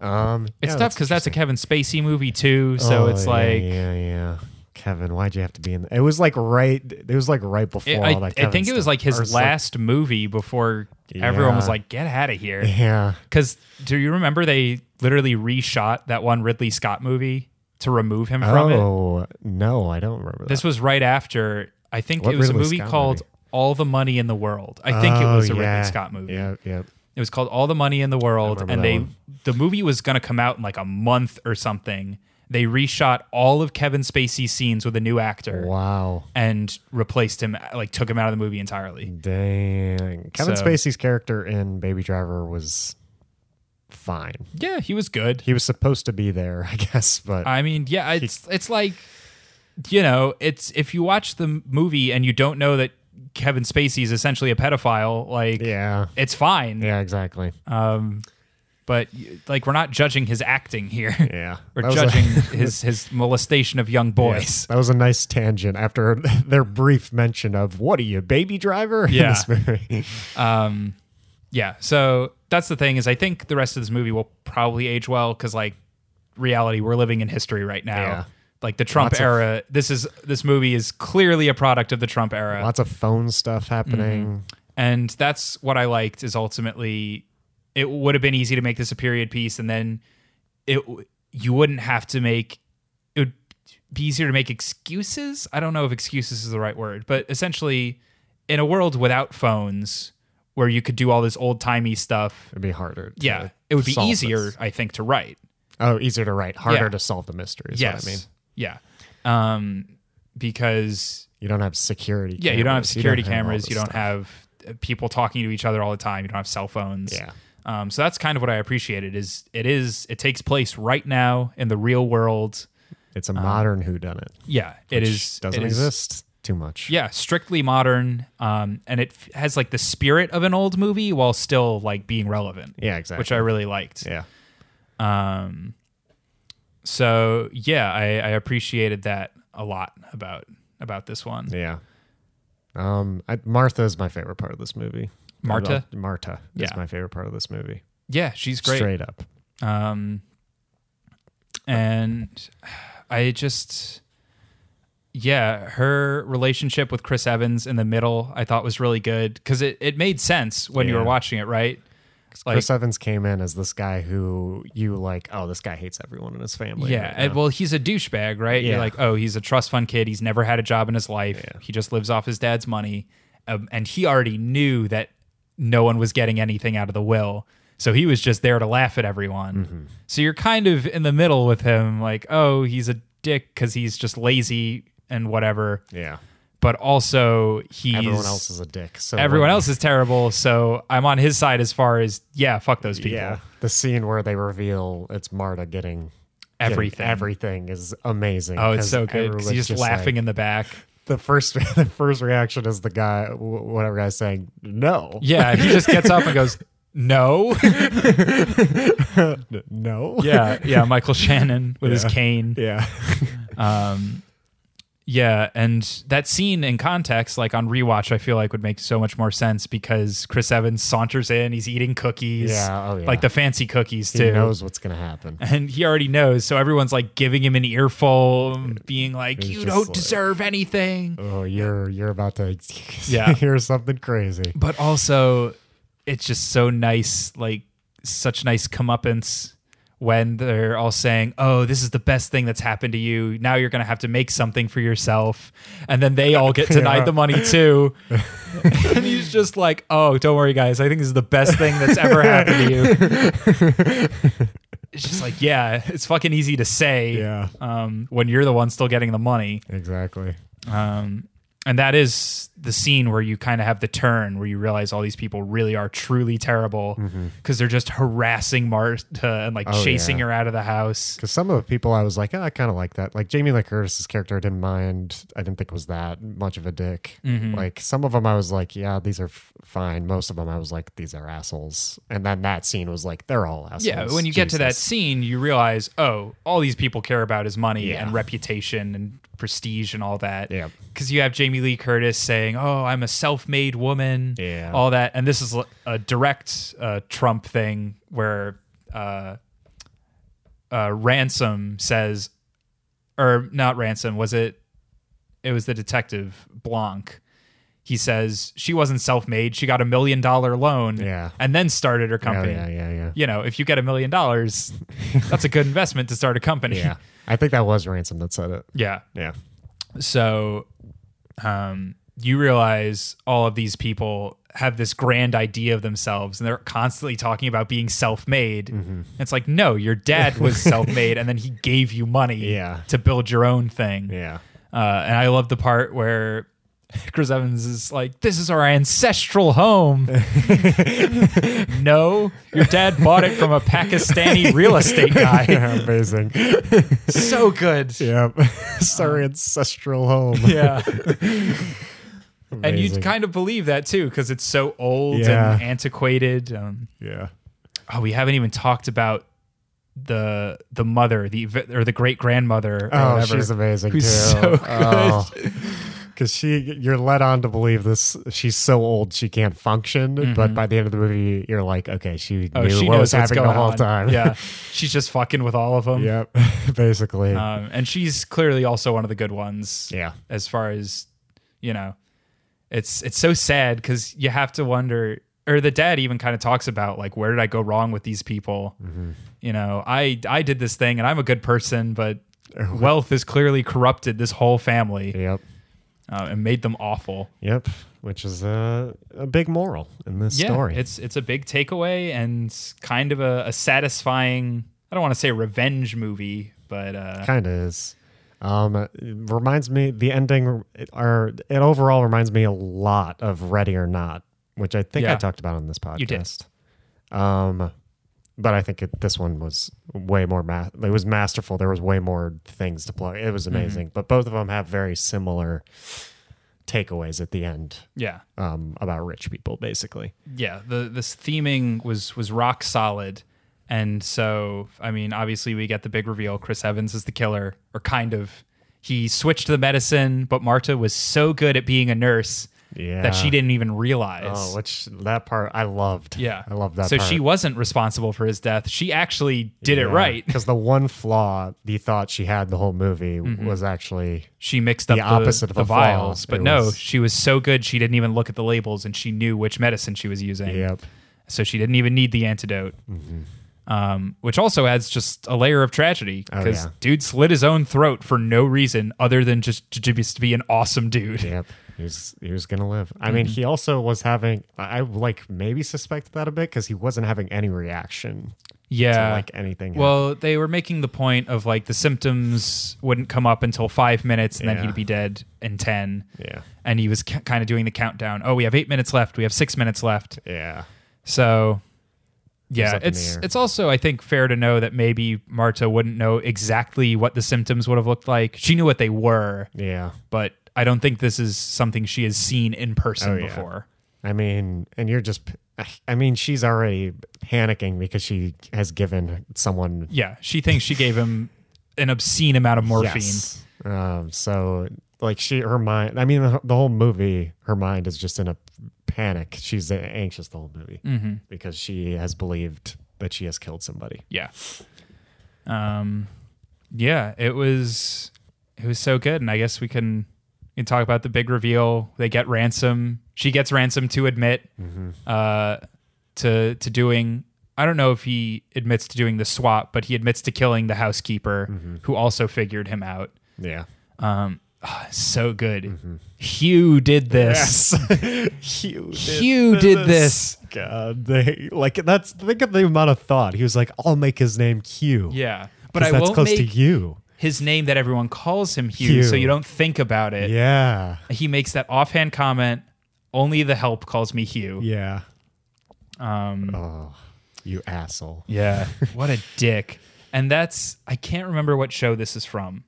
B: Um,
C: It's
B: yeah,
C: tough because that's a Kevin Spacey movie too, so
B: Oh,
C: it's
B: yeah,
C: like.
B: yeah, yeah. Kevin, why'd you have to be in? It was like right. It was like right before.
C: It-
B: all
C: I,
B: that
C: I
B: Kevin
C: think it was
B: stuff.
C: like
B: Or
C: his
B: it's
C: last movie before everyone was
B: Yeah.
C: like, get out of here.
B: yeah.
C: Because do you remember they literally reshot that one Ridley Scott movie to remove him from it?
B: Oh no, I don't remember.
C: This was right after, I think
B: What
C: it was
B: Ridley
C: a movie
B: Scott
C: called
B: movie? Oh,
C: All the Money in the World. I think it was a Ridley Scott movie.
B: Yeah, yeah.
C: It was called All the Money in the World,
B: remember
C: and
B: that
C: they
B: one.
C: the movie was gonna come out in like a month or something. They reshot all of Kevin Spacey's scenes with a new actor
B: Wow.
C: and replaced him, like took him out of the movie entirely.
B: Dang. Kevin
C: So-
B: Spacey's character in Baby Driver was fine.
C: Yeah, he was good.
B: He was supposed to be there, I guess, but
C: I mean, yeah, it's it's like you know, it's if you watch the m- movie and you don't know that Kevin Spacey is essentially a pedophile, like
B: yeah.
C: it's fine.
B: Yeah, exactly.
C: Um but y- like we're not judging his acting here.
B: Yeah.
C: We're
B: That was a-
C: judging his his molestation of young
B: Yes,
C: boys.
B: that was a nice tangent after their brief mention of what are you, baby driver? in
C: Yeah.
B: this movie.
C: Um yeah, so that's the thing is I think the rest of this movie will probably age well cuz like reality we're living in history right now.
B: Yeah.
C: Like the Trump
B: Lots of-
C: era, this is this movie is clearly a product of the Trump era.
B: Lots of phone stuff happening.
C: Mm-hmm. and that's what i liked is ultimately it would have been easy to make this a period piece and then it you wouldn't have to make it would be easier to make excuses i don't know if excuses is the right word but essentially in a world without phones where you could do all this old-timey stuff
B: It'd be harder. to
C: yeah it would be
B: solve
C: easier
B: this.
C: i think to write
B: Oh, easier to write, harder
C: Yeah.
B: to solve the mystery. Is what
C: yes
B: I mean.
C: yeah um because
B: You don't have security.
C: Yeah, you don't have
B: cameras,
C: security
B: all
C: cameras.
B: this
C: You don't
B: stuff.
C: have uh, people talking to each other all the time. You don't have cell phones.
B: Yeah.
C: Um, so that's kind of what I appreciated. Is it is it takes place right now in the real world.
B: It's a modern who done it.
C: Yeah, Uh, it is.
B: doesn't
C: it is-
B: exist too much.
C: Yeah, strictly modern. Um, and it f- has like the spirit of an old movie while still like being relevant.
B: Yeah, exactly.
C: Which I really liked.
B: yeah.
C: Um, so yeah, I, I appreciated that a lot about about this one.
B: Yeah. Um, I, Martha is my favorite part of this movie.
C: Marta?
B: Marta is
C: Yeah.
B: my favorite part of this movie.
C: Yeah, she's great.
B: straight up.
C: Um, and I just, yeah, her relationship with Chris Evans in the middle, I thought was really good because it, it made sense when you
B: Yeah.
C: were watching it, right? Like,
B: Chris Evans came in as this guy who you like, oh, this guy hates everyone in his family.
C: yeah,
B: right
C: and,
B: now.
C: well, he's a douchebag, right? You're
B: Yeah.
C: like, oh, he's a trust fund kid. He's never had a job in his life.
B: Yeah.
C: He just lives off his dad's money. Um, and he already knew that no one was getting anything out of the will. So he was just there to laugh at everyone.
B: Mm-hmm.
C: So you're kind of in the middle with him, like, oh, he's a dick because he's just lazy and whatever.
B: yeah.
C: But also, he's
B: Everyone else is a dick. So
C: everyone
B: when-
C: else is terrible. So I'm on his side as far as, yeah, fuck those people.
B: Yeah, the scene where they reveal it's Marta getting getting
C: Everything.
B: Everything is amazing.
C: Oh, it's
B: 'cause
C: so good. 'cause
B: everyone's
C: He's just laughing
B: like-
C: in the back.
B: the first the first reaction is the guy, wh- whatever guy's saying, no,
C: Yeah, he just gets up and goes, "No."
B: no,
C: yeah, yeah, Michael Shannon with
B: Yeah.
C: his cane.
B: yeah,
C: Um yeah, and that scene in context like on rewatch I feel like would make so much more sense because Chris Evans saunters in, he's eating cookies.
B: Yeah, oh, yeah.
C: Like the fancy cookies
B: he
C: too.
B: knows what's gonna happen.
C: and he already knows, so everyone's like giving him an earful, being like,
B: Mm. He's
C: "You
B: just
C: don't
B: like-
C: deserve anything."
B: Oh, you're you're about to
C: Yeah.
B: hear something crazy.
C: but also it's just so nice, like such nice comeuppance when they're all saying, "Oh, this is the best thing that's happened to you. Now you're gonna have to make something for yourself," and then they all get denied
B: Yeah.
C: the money too. and he's just like, "Oh, don't worry, guys. I think this is the best thing that's ever happened to you." It's just like, yeah, it's fucking easy to say
B: Yeah.
C: um, when you're the one still getting the money.
B: Exactly.
C: Um, and that is the scene where you kind of have the turn where you realize all these people really are truly terrible because they're just harassing Marta and like
B: Mm-hmm. Oh,
C: chasing
B: yeah.
C: her out of the house.
B: Because some of the people I was like, oh, I kind of like that. Like Jamie Lee Curtis's character, I didn't mind. I didn't think was that much of a dick.
C: Mm-hmm.
B: Like some of them, I was like, yeah, these are f- fine. Most of them, I was like, these are assholes. And then that scene was like, they're all assholes.
C: Yeah, when you get to that
B: Jesus.
C: scene, you realize, oh, all these people care about is money
B: Yeah.
C: and reputation and prestige and all that.
B: Yeah.
C: Because you have Jamie Lee Curtis saying, oh, I'm a self made woman,
B: Yeah.
C: all that. And this is l- a direct uh, Trump thing where uh, uh, Ransom says, or not Ransom, was it? It was the detective, Blanc. He says she wasn't self made. She got a million dollar loan
B: Yeah.
C: and then started her
B: Oh,
C: company
B: yeah, yeah, yeah.
C: you know, if you get a million dollars, that's a good investment to start a company.
B: Yeah. I think that was Ransom that said it.
C: Yeah.
B: Yeah.
C: So um, you realize all of these people have this grand idea of themselves and they're constantly talking about being self made.
B: Mm-hmm.
C: It's like, no, your dad was self made and then he gave you money
B: Yeah.
C: to build your own thing.
B: Yeah.
C: Uh, and I love the part where Chris Evans is like, "This is our ancestral home." no, your dad bought it from a Pakistani real estate guy.
B: yeah amazing.
C: so good.
B: yeah. it's our ancestral home.
C: Uh-huh. Yeah. and you
B: Amazing.
C: kind of believe that too because it's so old
B: Yeah.
C: and antiquated. Um,
B: Yeah.
C: oh, we haven't even talked about the the mother, the or the great grandmother.
B: Oh,
C: whatever.
B: she's amazing
C: Who's
B: too.
C: so good.
B: Because she, you're led on to believe this. She's so old she can't function. But by the end of the movie, you're like, okay, she
C: Mm-hmm. Oh,
B: knew
C: she
B: what
C: knows
B: was
C: what's
B: happening the
C: going
B: whole
C: on.
B: time.
C: Yeah, she's just fucking with all of them.
B: yep. Basically.
C: Um, and she's clearly also one of the good ones.
B: yeah.
C: As far as you know, it's it's so sad because you have to wonder, or the dad even kind of talks about like, where did I go wrong with these people? You know, I I did this thing and I'm a good person, but wealth has clearly corrupted this whole family
B: Yep.
C: uh, and made them awful.
B: Yep. Which is a, a big moral in this
C: Yeah,
B: story.
C: it's it's a big takeaway and kind of a, a satisfying. I don't want to say revenge movie, but uh,
B: kind of is. Um, it reminds me the ending, it- or it overall reminds me a lot of Ready or Not, which I think I
C: Yeah.
B: talked about on this podcast.
C: You did.
B: Um, but I think it, this one was way more ma- it was masterful. There was way more things to plug. It was
C: Mm-hmm.
B: amazing. But both of them have very similar takeaways at the end
C: yeah.
B: um, about rich people, basically.
C: yeah the this theming was was rock solid and so i mean obviously we get the big reveal chris evans is the killer or kind of he switched the medicine but marta was so good at being a nurse
B: Yeah.
C: that she didn't even realize.
B: Oh, which that part I loved.
C: yeah,
B: I love that
C: So
B: part.
C: she wasn't responsible for his death. She actually did it right.
B: Because the one flaw you thought she had the whole movie
C: Mm-hmm.
B: was actually
C: She mixed up the,
B: opposite of
C: the
B: a flaw.
C: vials, but
B: It
C: no,
B: was-
C: she was so good she didn't even look at the labels and she knew which medicine she was using.
B: Yep.
C: so she didn't even need the antidote. Um, which also adds just a layer of tragedy because
B: Oh, yeah.
C: dude slit his own throat for no reason other than just to, just to be an awesome dude.
B: Yep. He was he was gonna live. I
C: Mm-hmm.
B: mean, he also was having I I, like maybe suspected that a bit because he wasn't having any reaction
C: Yeah.
B: to like anything.
C: well, they were making the point of like the symptoms wouldn't come up until five minutes and then
B: Yeah.
C: he'd be dead in 10.
B: happening.
C: And he was ca- kind of doing the countdown. Oh, we have eight minutes left. We have six minutes left.
B: yeah, yeah.
C: So,
B: was
C: yeah,
B: up in the
C: it's
B: air.
C: it's also I think fair to know that maybe Marta wouldn't know exactly what the symptoms would have looked like. She knew what they were,
B: Yeah.
C: but I don't think this is something she has seen in person
B: Oh, yeah.
C: before.
B: I mean, and you're just I mean, she's already panicking because she has given someone
C: Yeah, she thinks she gave him an obscene amount of morphine.
B: Yes. Um, so like she, her mind. I mean, the, the whole movie, her mind is just in a panic. She's anxious the whole movie
C: Mm-hmm.
B: because she has believed that she has killed somebody.
C: Yeah. Um yeah, it was it was so good and I guess we can we can talk about the big reveal. They get ransom. She gets ransom to admit
B: Mm-hmm.
C: uh to to doing I don't know if he admits to doing the swap, but he admits to killing the housekeeper
B: Mm-hmm.
C: who also figured him out.
B: Yeah.
C: Um ah, so good.
B: Mm-hmm.
C: Hugh did this.
B: Hugh.
C: Hugh did this.
B: God, they like that's think of the amount of thought. He was like, "I'll make his name Q."
C: Yeah.
B: 'cause
C: But I
B: that's
C: will
B: close to
C: make
B: you.
C: his name that everyone calls him Hugh, so
B: Hugh.
C: you don't think about it.
B: Yeah.
C: he makes that offhand comment only the help calls me hugh
B: Yeah.
C: um
B: Oh, you asshole.
C: yeah what a dick and that's i can't remember what show this is from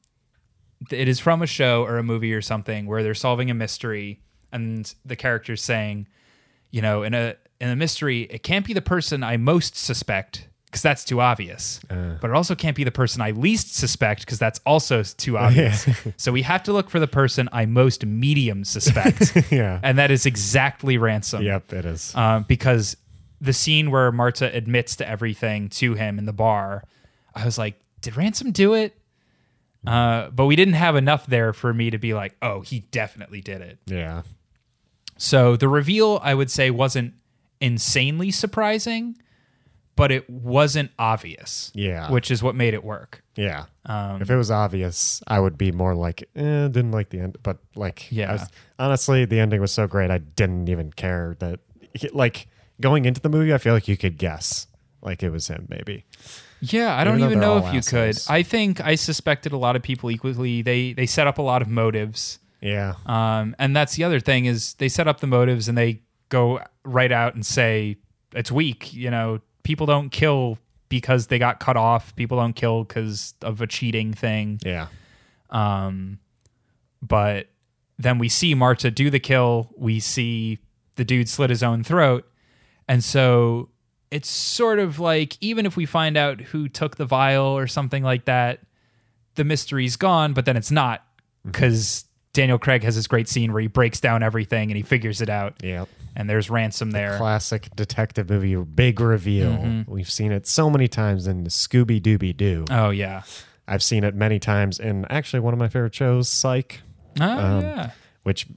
C: it is from a show or a movie or something where they're solving a mystery and the character's saying you know in a in a mystery it can't be the person i most suspect because that's too obvious but it also can't be the person i least suspect because that's also too obvious so we have to look for the person i most medium suspect
B: yeah.
C: and that is exactly ransom.
B: Yep. It is.
C: Um, because the scene where Marta admits to everything to him in the bar, I was like, did ransom do it? Uh, but we didn't have enough there for me to be like, oh, he definitely did it.
B: yeah.
C: So the reveal, I would say, wasn't insanely surprising, but it wasn't obvious.
B: Yeah.
C: Which is what made it work.
B: Yeah. if it was obvious, I would be more like, eh, didn't like the end. But like,
C: Yeah.
B: I was- honestly, the ending was so great, I didn't even care that, like, going into the movie, I feel like you could guess, like it was him, maybe.
C: Yeah, I don't
B: though
C: even
B: they're
C: know
B: all
C: if you
B: assholes.
C: could. I think I suspected a lot of people equally. They they set up a lot of motives.
B: Yeah.
C: Um, and that's the other thing is they set up the motives and they go right out and say it's weak. You know, people don't kill because they got cut off. People don't kill because of a cheating thing.
B: yeah.
C: Um, but then we see Marta do the kill. We see the dude slit his own throat, and so it's sort of like even if we find out who took the vial or something like that, the mystery's gone. But then it's not because Daniel Craig has this great scene where he breaks down everything and he figures it out.
B: Yeah.
C: And there's ransom there.
B: Classic detective movie, big reveal. We've seen it so many times in Scooby Dooby Doo.
C: oh yeah.
B: I've seen it many times in actually one of my favorite shows, Psych,
C: Oh yeah.
B: which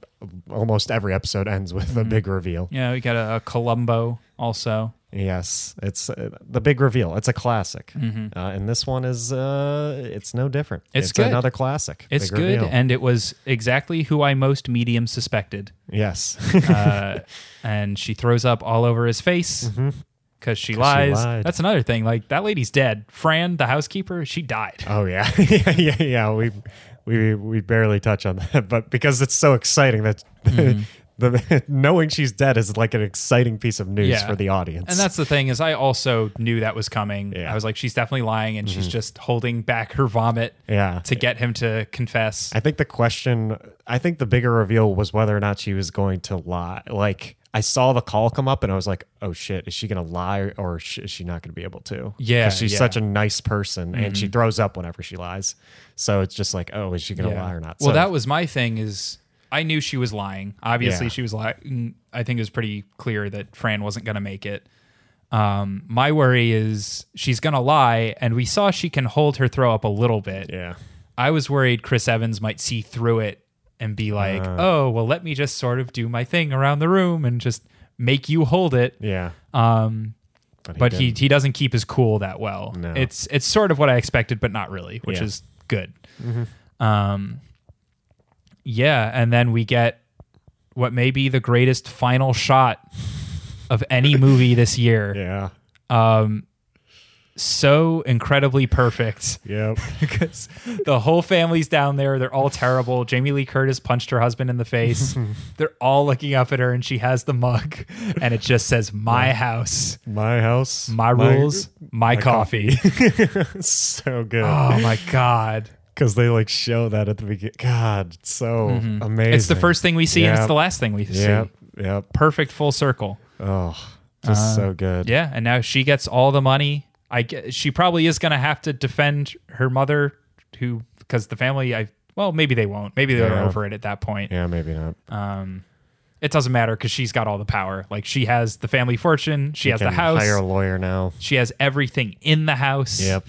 B: almost every episode ends with a big reveal.
C: Yeah, we got a, a Columbo also.
B: Yes, it's uh, the big reveal. It's a classic, uh, and this one is uh, it's no different.
C: Mm-hmm. It's good.
B: another classic.
C: It's
B: Big
C: good,
B: reveal.
C: and it was exactly who I most medium suspected.
B: yes,
C: Uh, and she throws up all over his face because she lies.
B: Mm-hmm. lied.
C: That's another thing. Like that lady's dead. Fran, the housekeeper, she died.
B: oh yeah, yeah, yeah, yeah. We we we barely touch on that, but because it's so exciting that
C: Mm-hmm.
B: the knowing she's dead is like an exciting piece of news
C: Yeah.
B: for the audience.
C: And that's the thing is, I also knew that was coming.
B: Yeah. Mm-hmm.
C: I was like, she's definitely lying, and she's just holding back her vomit
B: yeah.
C: to get him to confess.
B: I think the question, I think the bigger reveal was whether or not she was going to lie. Like I saw the call come up, and I was like, "Oh shit, is she going to lie or sh- is she not going to be able to?"
C: Yeah,
B: 'Cause she's
C: yeah. Mm-hmm.
B: such a nice person, and she throws up whenever she lies. So it's just like, "Oh, is she going to
C: Yeah.
B: lie or not?"
C: Well,
B: So-
C: that was my thing. Is I knew she was lying. Obviously,
B: Yeah.
C: she was lying. I think it was pretty clear that Fran wasn't going to make it. Um, my worry is she's going to lie, and we saw she can hold her throw up a little bit.
B: Yeah.
C: I was worried Chris Evans might see through it and be like,
B: Uh.
C: "Oh, well, let me just sort of do my thing around the room and just make you hold it."
B: Yeah.
C: Um, but he,
B: didn't.
C: he doesn't keep his cool that well.
B: No.
C: It's it's sort of what I expected, but not really, which
B: Yeah. Mm-hmm.
C: is good. Um, yeah, and then we get what may be the greatest final shot of any movie this year.
B: Yeah.
C: So incredibly perfect.
B: Yep.
C: because the whole family's down there. They're all terrible. Jamie Lee Curtis punched her husband in the face. They're all looking up at her, and she has the mug, and it just says "My house,
B: My house.
C: my, rules, my, coffee."
B: so good.
C: oh my god!
B: Because they like show that at the beginning. God, it's so amazing.
C: Mm-hmm. It's the first thing we see, and it's
B: Yep.
C: the last thing we
B: Yep.
C: see.
B: Yep.
C: Perfect full circle.
B: Oh, just so good.
C: Uh, Yeah, and now she gets all the money. I gue- she probably is going to have to defend her mother, who because the family. I well, maybe they won't. Maybe they're
B: Yeah.
C: over it at that point.
B: Yeah, maybe not.
C: um it doesn't matter because she's got all the power like she has the family fortune she, has the
B: Can
C: house
B: Hire a lawyer now.
C: she has everything in the house
B: Yep.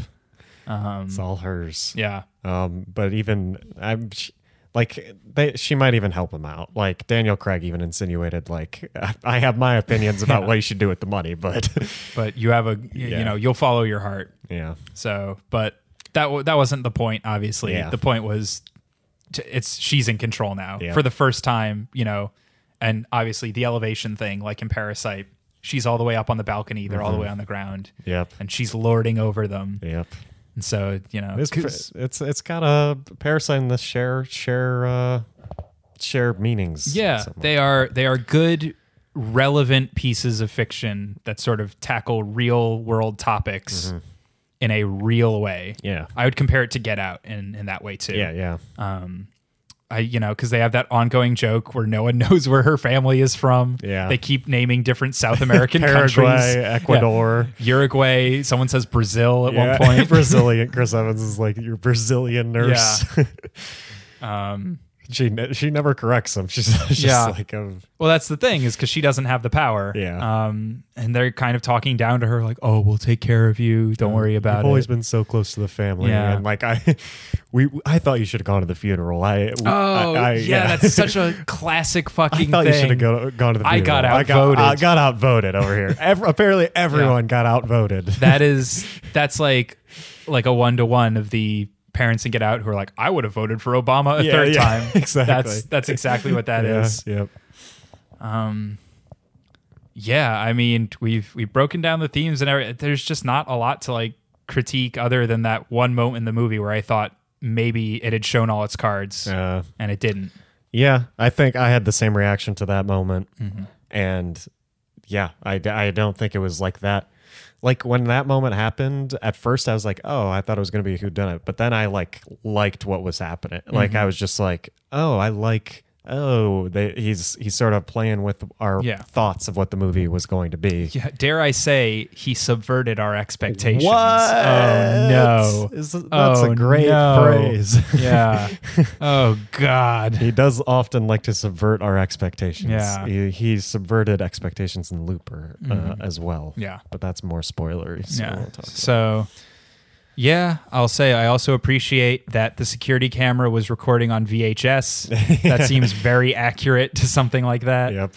C: um
B: It's all hers.
C: yeah
B: Um, but even I'm sh- like they, she might even help him out. Like Daniel Craig even insinuated like I- I have my opinions about what you should do with the money, but
C: but you have a y-
B: Yeah.
C: you know you'll follow your heart
B: yeah,
C: so but that w- that wasn't the point obviously
B: Yeah.
C: the point was t- it's she's in control now
B: Yeah.
C: for the first time you know and obviously the elevation thing like in parasite she's all the way up on the balcony they're all
B: Mm-hmm.
C: the way on the ground
B: yep,
C: and she's lording over them
B: yep.
C: and so you know
B: This
C: 'cause-
B: pr- it's it's got a parasite in the share share uh, share meanings.
C: Yeah,
B: somewhat.
C: they are they are good relevant pieces of fiction that sort of tackle real world topics in a real way.
B: Mm-hmm. yeah,
C: I would compare it to Get Out in in that way too.
B: yeah, yeah,
C: Um I you know cuz they have that ongoing joke where no one knows where her family is from.
B: Yeah.
C: They keep naming different South American countries.
B: Paraguay,
C: Yeah.
B: Ecuador.
C: Uruguay, someone says Brazil at
B: Yeah.
C: one point.
B: Brazilian Chris Evans is like your Brazilian nurse.
C: Um
B: she ne- she never corrects him. She's just
C: Yeah.
B: like um, a
C: Well, that's the thing is because she doesn't have the power.
B: Yeah.
C: Um, and they're kind of talking down to her like, "Oh, we'll take care of you. Don't worry about
B: I've Mm. always
C: it."
B: been so close to the family,
C: Yeah.
B: and like I, we, I thought you should have gone to the funeral. I, oh
C: oh, yeah, that's such a classic
B: I
C: fucking
B: thought
C: thing.
B: you should have go, gone to the.
C: I
B: Funeral.
C: got
B: I
C: outvoted.
B: got, I got outvoted over here. Ev- apparently, everyone got outvoted.
C: that is that's like like a one to one of the parents in Get Out who are like, "I would have voted for Obama a
B: Yeah,
C: third
B: yeah,
C: time."
B: exactly.
C: That's that's exactly what that is.
B: yeah, Yep.
C: Um, yeah, I mean, we've we've broken down the themes and every, there's just not a lot to like critique other than that one moment in the movie where I thought maybe it had shown all its cards
B: Uh,
C: and it didn't.
B: yeah, I think I had the same reaction to that moment,
C: Mm-hmm.
B: and yeah, I, d- I don't think it was like that. Like when that moment happened, at first I was like, "Oh, I thought it was gonna be a whodunit," but then I like liked what was happening. Like
C: Mm-hmm.
B: I was just like, "Oh, I like." Oh, they, he's he's sort of playing with our
C: Yeah.
B: thoughts of what the movie was going to be.
C: Yeah, dare I say he subverted our expectations?
B: What?
C: Oh no!
B: Is- that's
C: Oh,
B: a great
C: no.
B: phrase.
C: yeah. Oh God.
B: He does often like to subvert our expectations.
C: Yeah. Mm-hmm.
B: He, he subverted expectations in Looper uh, as well.
C: Yeah.
B: But that's more spoilery. So
C: Yeah.
B: we'll talk about-
C: So. Yeah, I'll say I also appreciate that the security camera was recording on VHS. That seems very accurate to something like that.
B: Yep.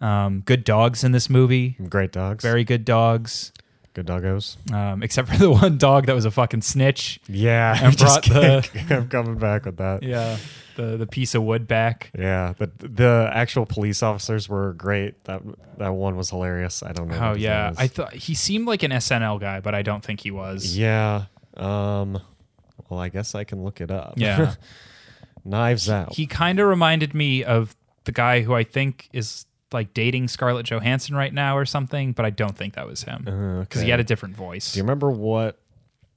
C: Um, good dogs in this movie.
B: Great dogs.
C: Very good dogs,
B: good doggos.
C: um, except for the one dog that was a fucking snitch.
B: Yeah.
C: And
B: just
C: brought the-
B: can't- I'm coming back with that. Yeah.
C: Yeah, the the piece of wood back.
B: the the actual police officers were great. That that one was hilarious. I don't know.
C: Oh
B: what his
C: yeah,
B: name is.
C: I thought he seemed like an SNL guy, but I don't think he was.
B: yeah. Um. Well, I guess I can look it up.
C: Yeah.
B: Knives Out.
C: He kind of reminded me of the guy who I think is like dating Scarlett Johansson right now or something, but I don't think that was him because
B: Uh,
C: he
B: okay.
C: had a different voice.
B: Do you remember what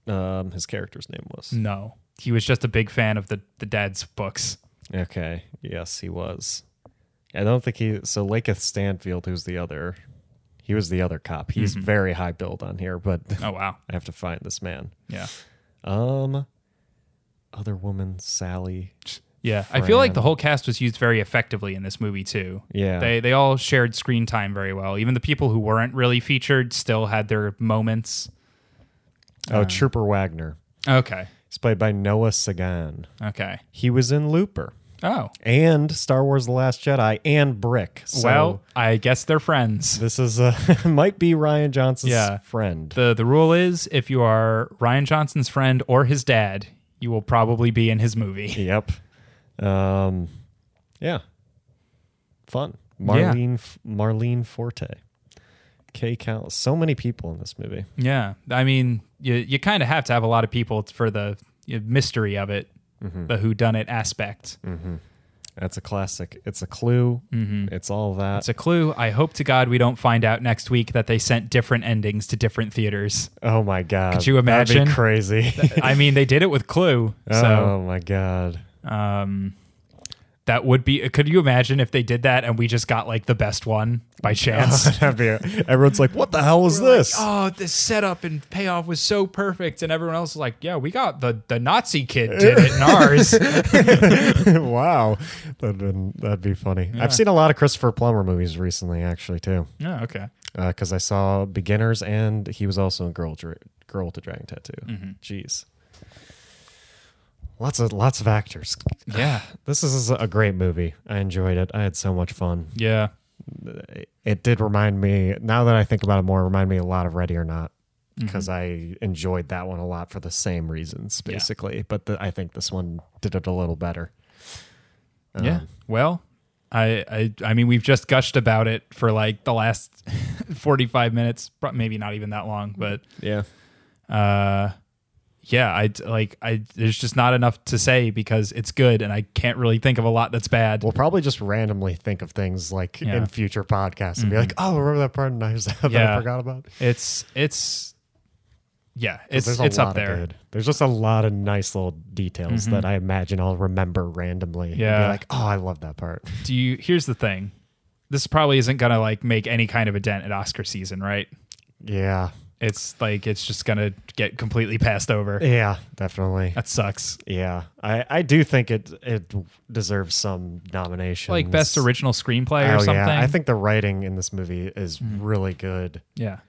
B: um, his character's name was?
C: no, he was just a big fan of the the dad's books.
B: Okay. Yes, he was. I don't think he. So Laketh Stanfield, who's the other, he was the other cop. He's
C: Mm-hmm.
B: very high billed on here, but
C: Oh wow,
B: I have to find this man.
C: yeah.
B: Um, other woman Sally.
C: Yeah, I feel like the whole cast was used very effectively in this movie too.
B: Yeah.
C: they they all shared screen time very well. Even the people who weren't really featured still had their moments. Uh.
B: Oh, Trooper Wagner.
C: Okay,
B: He's played by Noah Sagan.
C: okay.
B: He was in Looper
C: Oh,
B: and Star Wars: The Last Jedi and Brick. So
C: well, I guess they're friends.
B: this is uh might be Ryan Johnson's
C: Yeah.
B: friend.
C: the The rule is if you are Ryan Johnson's friend or his dad, you will probably be in his movie.
B: yep. Um, yeah. Fun. Marlene F Marlene Forte. K Cal. So many people in this movie.
C: Yeah, I mean, you you kind of have to have a lot of people for the you know, mystery of it, the who done it aspect.
B: That's a classic. It's a clue.
C: Mm-hmm.
B: It's all that.
C: It's a clue. I hope to God we don't find out next week that they sent different endings to different theaters.
B: oh my god.
C: you
B: That'd
C: imagine?
B: be crazy.
C: I mean, they did it with Clue, so
B: oh my god.
C: um, that would be. Could you imagine if they did that and we just got like the best one by chance?
B: That'd be everyone's like, what the hell was this?
C: oh, this setup and payoff was so perfect, and everyone else was like, "Yeah, we got the the Nazi kid did it in ours."
B: wow. That'd, been, that'd be funny. I've seen a lot of Christopher Plummer movies recently, actually, too.
C: yeah, okay.
B: Because uh, I saw Beginners and he was also in Girl, Dra- Girl to Dragon Tattoo.
C: Mm-hmm.
B: Jeez. Lots of lots of actors.
C: Yeah,
B: This is a great movie. I enjoyed it. I had so much fun.
C: yeah.
B: It did remind me, now that I think about it more, it reminded me a lot of Ready or Not
C: Mm-hmm.
B: because I enjoyed that one a lot for the same reasons,
C: Yeah.
B: basically. But the, I think this one did it a little better. Um,
C: Yeah. Well, I, I I mean we've just gushed about it for like the last 45 minutes, pro- maybe not even that long, but
B: Yeah.
C: uh yeah, I like I there's just not enough to say because it's good and I can't really think of a lot that's bad.
B: We'll probably just randomly think of things like
C: Yeah. Mm-hmm.
B: in future podcasts and be like, "Oh, remember that part in Knives Out that I
C: Yeah.
B: forgot about?"
C: It's it's yeah, it's
B: There's a
C: it's up
B: lot of
C: there. Mm-hmm.
B: good- There's just a lot of nice little details that I imagine I'll remember randomly. and be
C: Yeah.
B: like, "Oh, I love that part."
C: Do you Here's the thing. This probably isn't going to like make any kind of a dent at Oscar season, right?
B: yeah,
C: It's like it's just going to get completely passed over.
B: yeah, definitely.
C: That sucks.
B: Yeah, I I do think it it deserves some nominations,
C: Like best original screenplay
B: Oh,
C: or something. Mm-hmm.
B: Yeah. I think the writing in this movie is really good.
C: Yeah.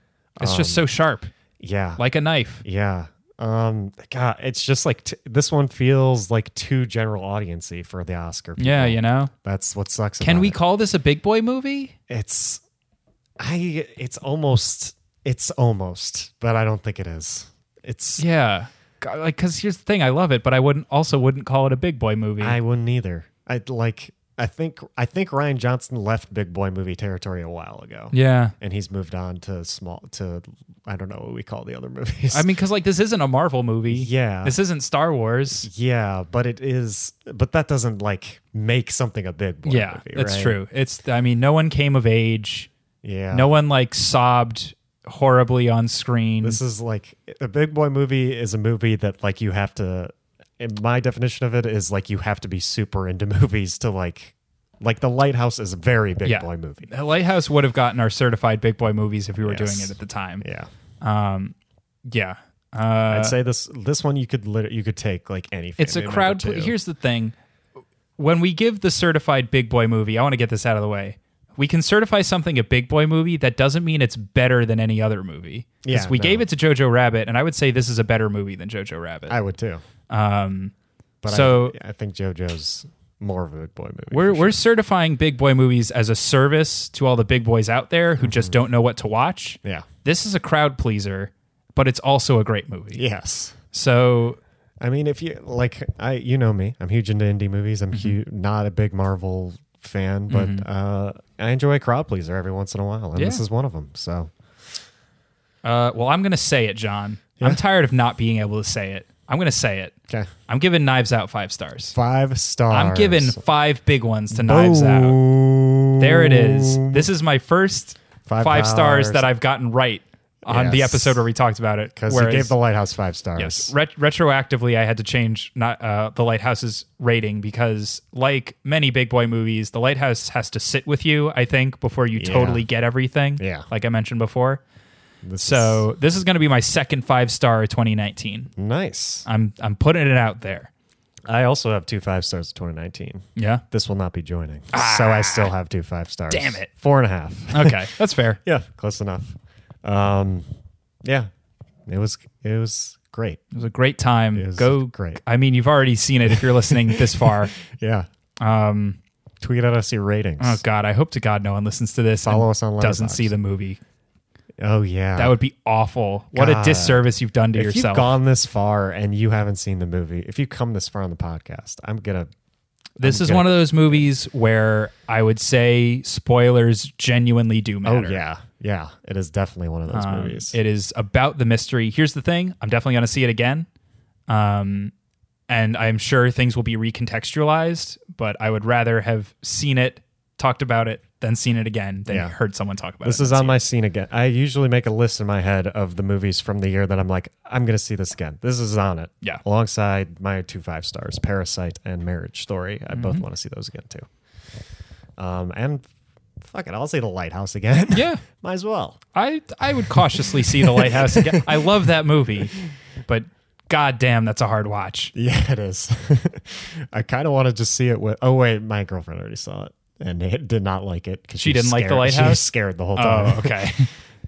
C: It's just
B: Um,
C: so sharp,
B: Yeah,
C: like a knife.
B: Yeah. Um. God, it's just like t- this one feels like too general audiency for the Oscar. people.
C: Yeah, you know.
B: That's what sucks.
C: Can
B: about
C: we
B: it.
C: call this a big boy movie?
B: It's. I. It's almost. It's almost, but I don't think it is. It's.
C: Yeah. God, Like cuz here's the thing, I love it, but I wouldn't also wouldn't call it a big boy movie.
B: I wouldn't either. I like. I think. I think Ryan Johnson left big boy movie territory a while ago.
C: yeah.
B: And he's moved on to small to. I don't know what we call the other movies.
C: I mean cuz like this isn't a Marvel movie.
B: Yeah.
C: This isn't Star Wars.
B: Yeah, but it is. But that doesn't like make something a big boy
C: Yeah,
B: movie.
C: it's
B: right?
C: true. It's I mean no one came of age.
B: Yeah.
C: No one like sobbed horribly on screen.
B: This is like a big boy movie is a movie that like you have to in my definition of it is like you have to be super into movies to like like The Lighthouse is a very big
C: Yeah.
B: boy movie.
C: The Lighthouse would have gotten our certified big boy movies if we were
B: Yes.
C: doing it at the time.
B: Yeah.
C: Um yeah. Uh
B: I'd say this this one you could lit- you could take like any
C: It's a
B: family member
C: crowd.
B: to.
C: Pl- here's the thing: when we give the certified big boy movie, I want to get this out of the way. We can certify something a big boy movie. That doesn't mean it's better than any other movie. 'Cause
B: Yeah,
C: we
B: no.
C: gave it to Jojo Rabbit, and I would say this is a better movie than Jojo Rabbit.
B: I would too.
C: um,
B: But
C: so-
B: I, I think JoJo's more of a big boy movie.
C: we're we're certifying big boy movies as a service to all the big boys out there who
B: Mm-hmm.
C: just don't know what to watch.
B: yeah.
C: This is a crowd pleaser, but it's also a great movie.
B: Yes.
C: So
B: I mean, if you like, I you know me, I'm huge into indie movies. I'm hu not a big Marvel fan, but uh, I enjoy a crowd pleaser every once in a while, and this
C: Yeah.
B: is one of them. So
C: Uh, well, I'm going to say it, John. I'm tired of not being able to say it. I'm going to say it.
B: okay,
C: I'm giving Knives Out five stars.
B: five stars. Oh.
C: I'm giving five big ones to Knives Out. There it is. This is my first
B: Five
C: five, stars
B: dollars.
C: that I've gotten right on the
B: Yes.
C: episode where we talked about it.
B: because you gave the lighthouse five stars.
C: Yes. Ret- retroactively, I had to change not uh, the Lighthouse's rating because, like many big boy movies, the Lighthouse has to sit with you. I think before you totally get everything.
B: Yeah.
C: like I mentioned before.
B: This
C: So this is going to be my second five star of 2019.
B: nice.
C: I'm I'm putting it out there.
B: I also have two five stars of 2019.
C: Yeah.
B: This will not be joining. so I still have two five stars.
C: damn it.
B: Four and a half.
C: Okay, that's fair.
B: yeah, close enough. Um, yeah, it was it was great.
C: It was a great time.
B: It was
C: Go
B: great.
C: I mean, you've already seen it if you're listening this far.
B: Yeah,
C: Um,
B: tweet at us your ratings.
C: oh God, I hope to God no one listens to this. and
B: Follow us on
C: Doesn't
B: Letterboxd.
C: see the movie.
B: Oh yeah,
C: That would be awful. What a
B: God.
C: disservice you've done to
B: if
C: yourself.
B: you've gone this far and you haven't seen the movie, if you come this far on the podcast, I'm gonna
C: this
B: I'm
C: is
B: good.
C: one of those movies where I would say spoilers genuinely do matter.
B: Oh yeah, yeah. It is definitely one of those
C: Um,
B: movies.
C: It is about the mystery. Here's the thing: I'm definitely going to see it again, um, and I'm sure things will be recontextualized. But I would rather have seen it, talked about it, than seen it again, than
B: Yeah.
C: heard someone talk about
B: this
C: it.
B: is on my scene again. I usually make a list in my head of the movies from the year that I'm like, I'm gonna see this again. This is on it.
C: Yeah.
B: Alongside my two five stars, Parasite and Marriage Story. I
C: Mm-hmm.
B: both want to see those again too. Um and fuck it, I'll see the Lighthouse again.
C: yeah,
B: Might as well.
C: I I would cautiously see the lighthouse again. I love that movie, but goddamn, that's a hard watch.
B: Yeah, it is. I kind of want to just see it with. Oh wait, my girlfriend already saw it and it did not like it because
C: She didn't like The
B: She
C: Lighthouse?
B: was scared the whole time.
C: Oh, okay.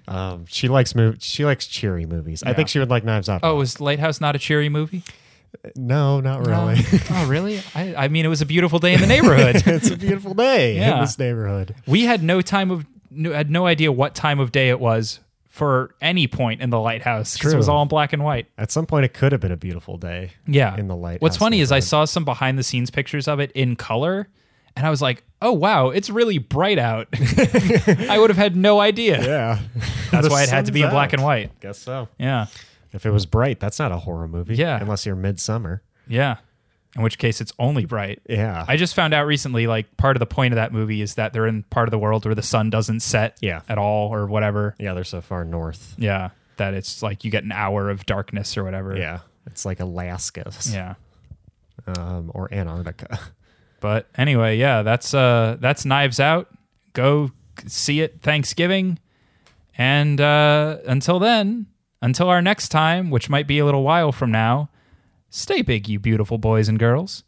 B: Um, she likes mov- She likes cheery movies. I think she would like Knives Out.
C: Oh, is Lighthouse not a cheery movie?
B: no, not really.
C: oh, really? I, I mean, it was a beautiful day in the neighborhood.
B: it's a beautiful day in
C: Yeah.
B: this neighborhood.
C: We had no time of no, had no idea what time of day it was for any point in the lighthouse 'cause it was
B: True.
C: all in black and white.
B: At some point, it could have been a beautiful day.
C: Yeah.
B: in the lighthouse.
C: What's funny is I
B: neighborhood.
C: saw some behind the scenes pictures of it in color and I was like, "Oh wow, it's really bright out." I would have had no idea.
B: Yeah,
C: That's
B: The
C: why it had to
B: sun's
C: be in
B: out.
C: black and white.
B: Guess so.
C: Yeah.
B: If it was bright, that's not a horror movie.
C: Yeah.
B: unless you're Midsummer.
C: Yeah. In which case it's only bright.
B: Yeah,
C: I just found out recently like part of the point of that movie is that they're in part of the world where the sun doesn't set
B: Yeah.
C: at all or whatever.
B: yeah. They're so far north.
C: Yeah. That it's like you get an hour of darkness or whatever.
B: Yeah, it's like Alaska
C: Yeah.
B: um, or Antarctica.
C: But anyway, yeah, that's uh that's Knives Out. Go see it Thanksgiving. And uh until then, until our next time, which might be a little while from now, stay big you beautiful boys and girls.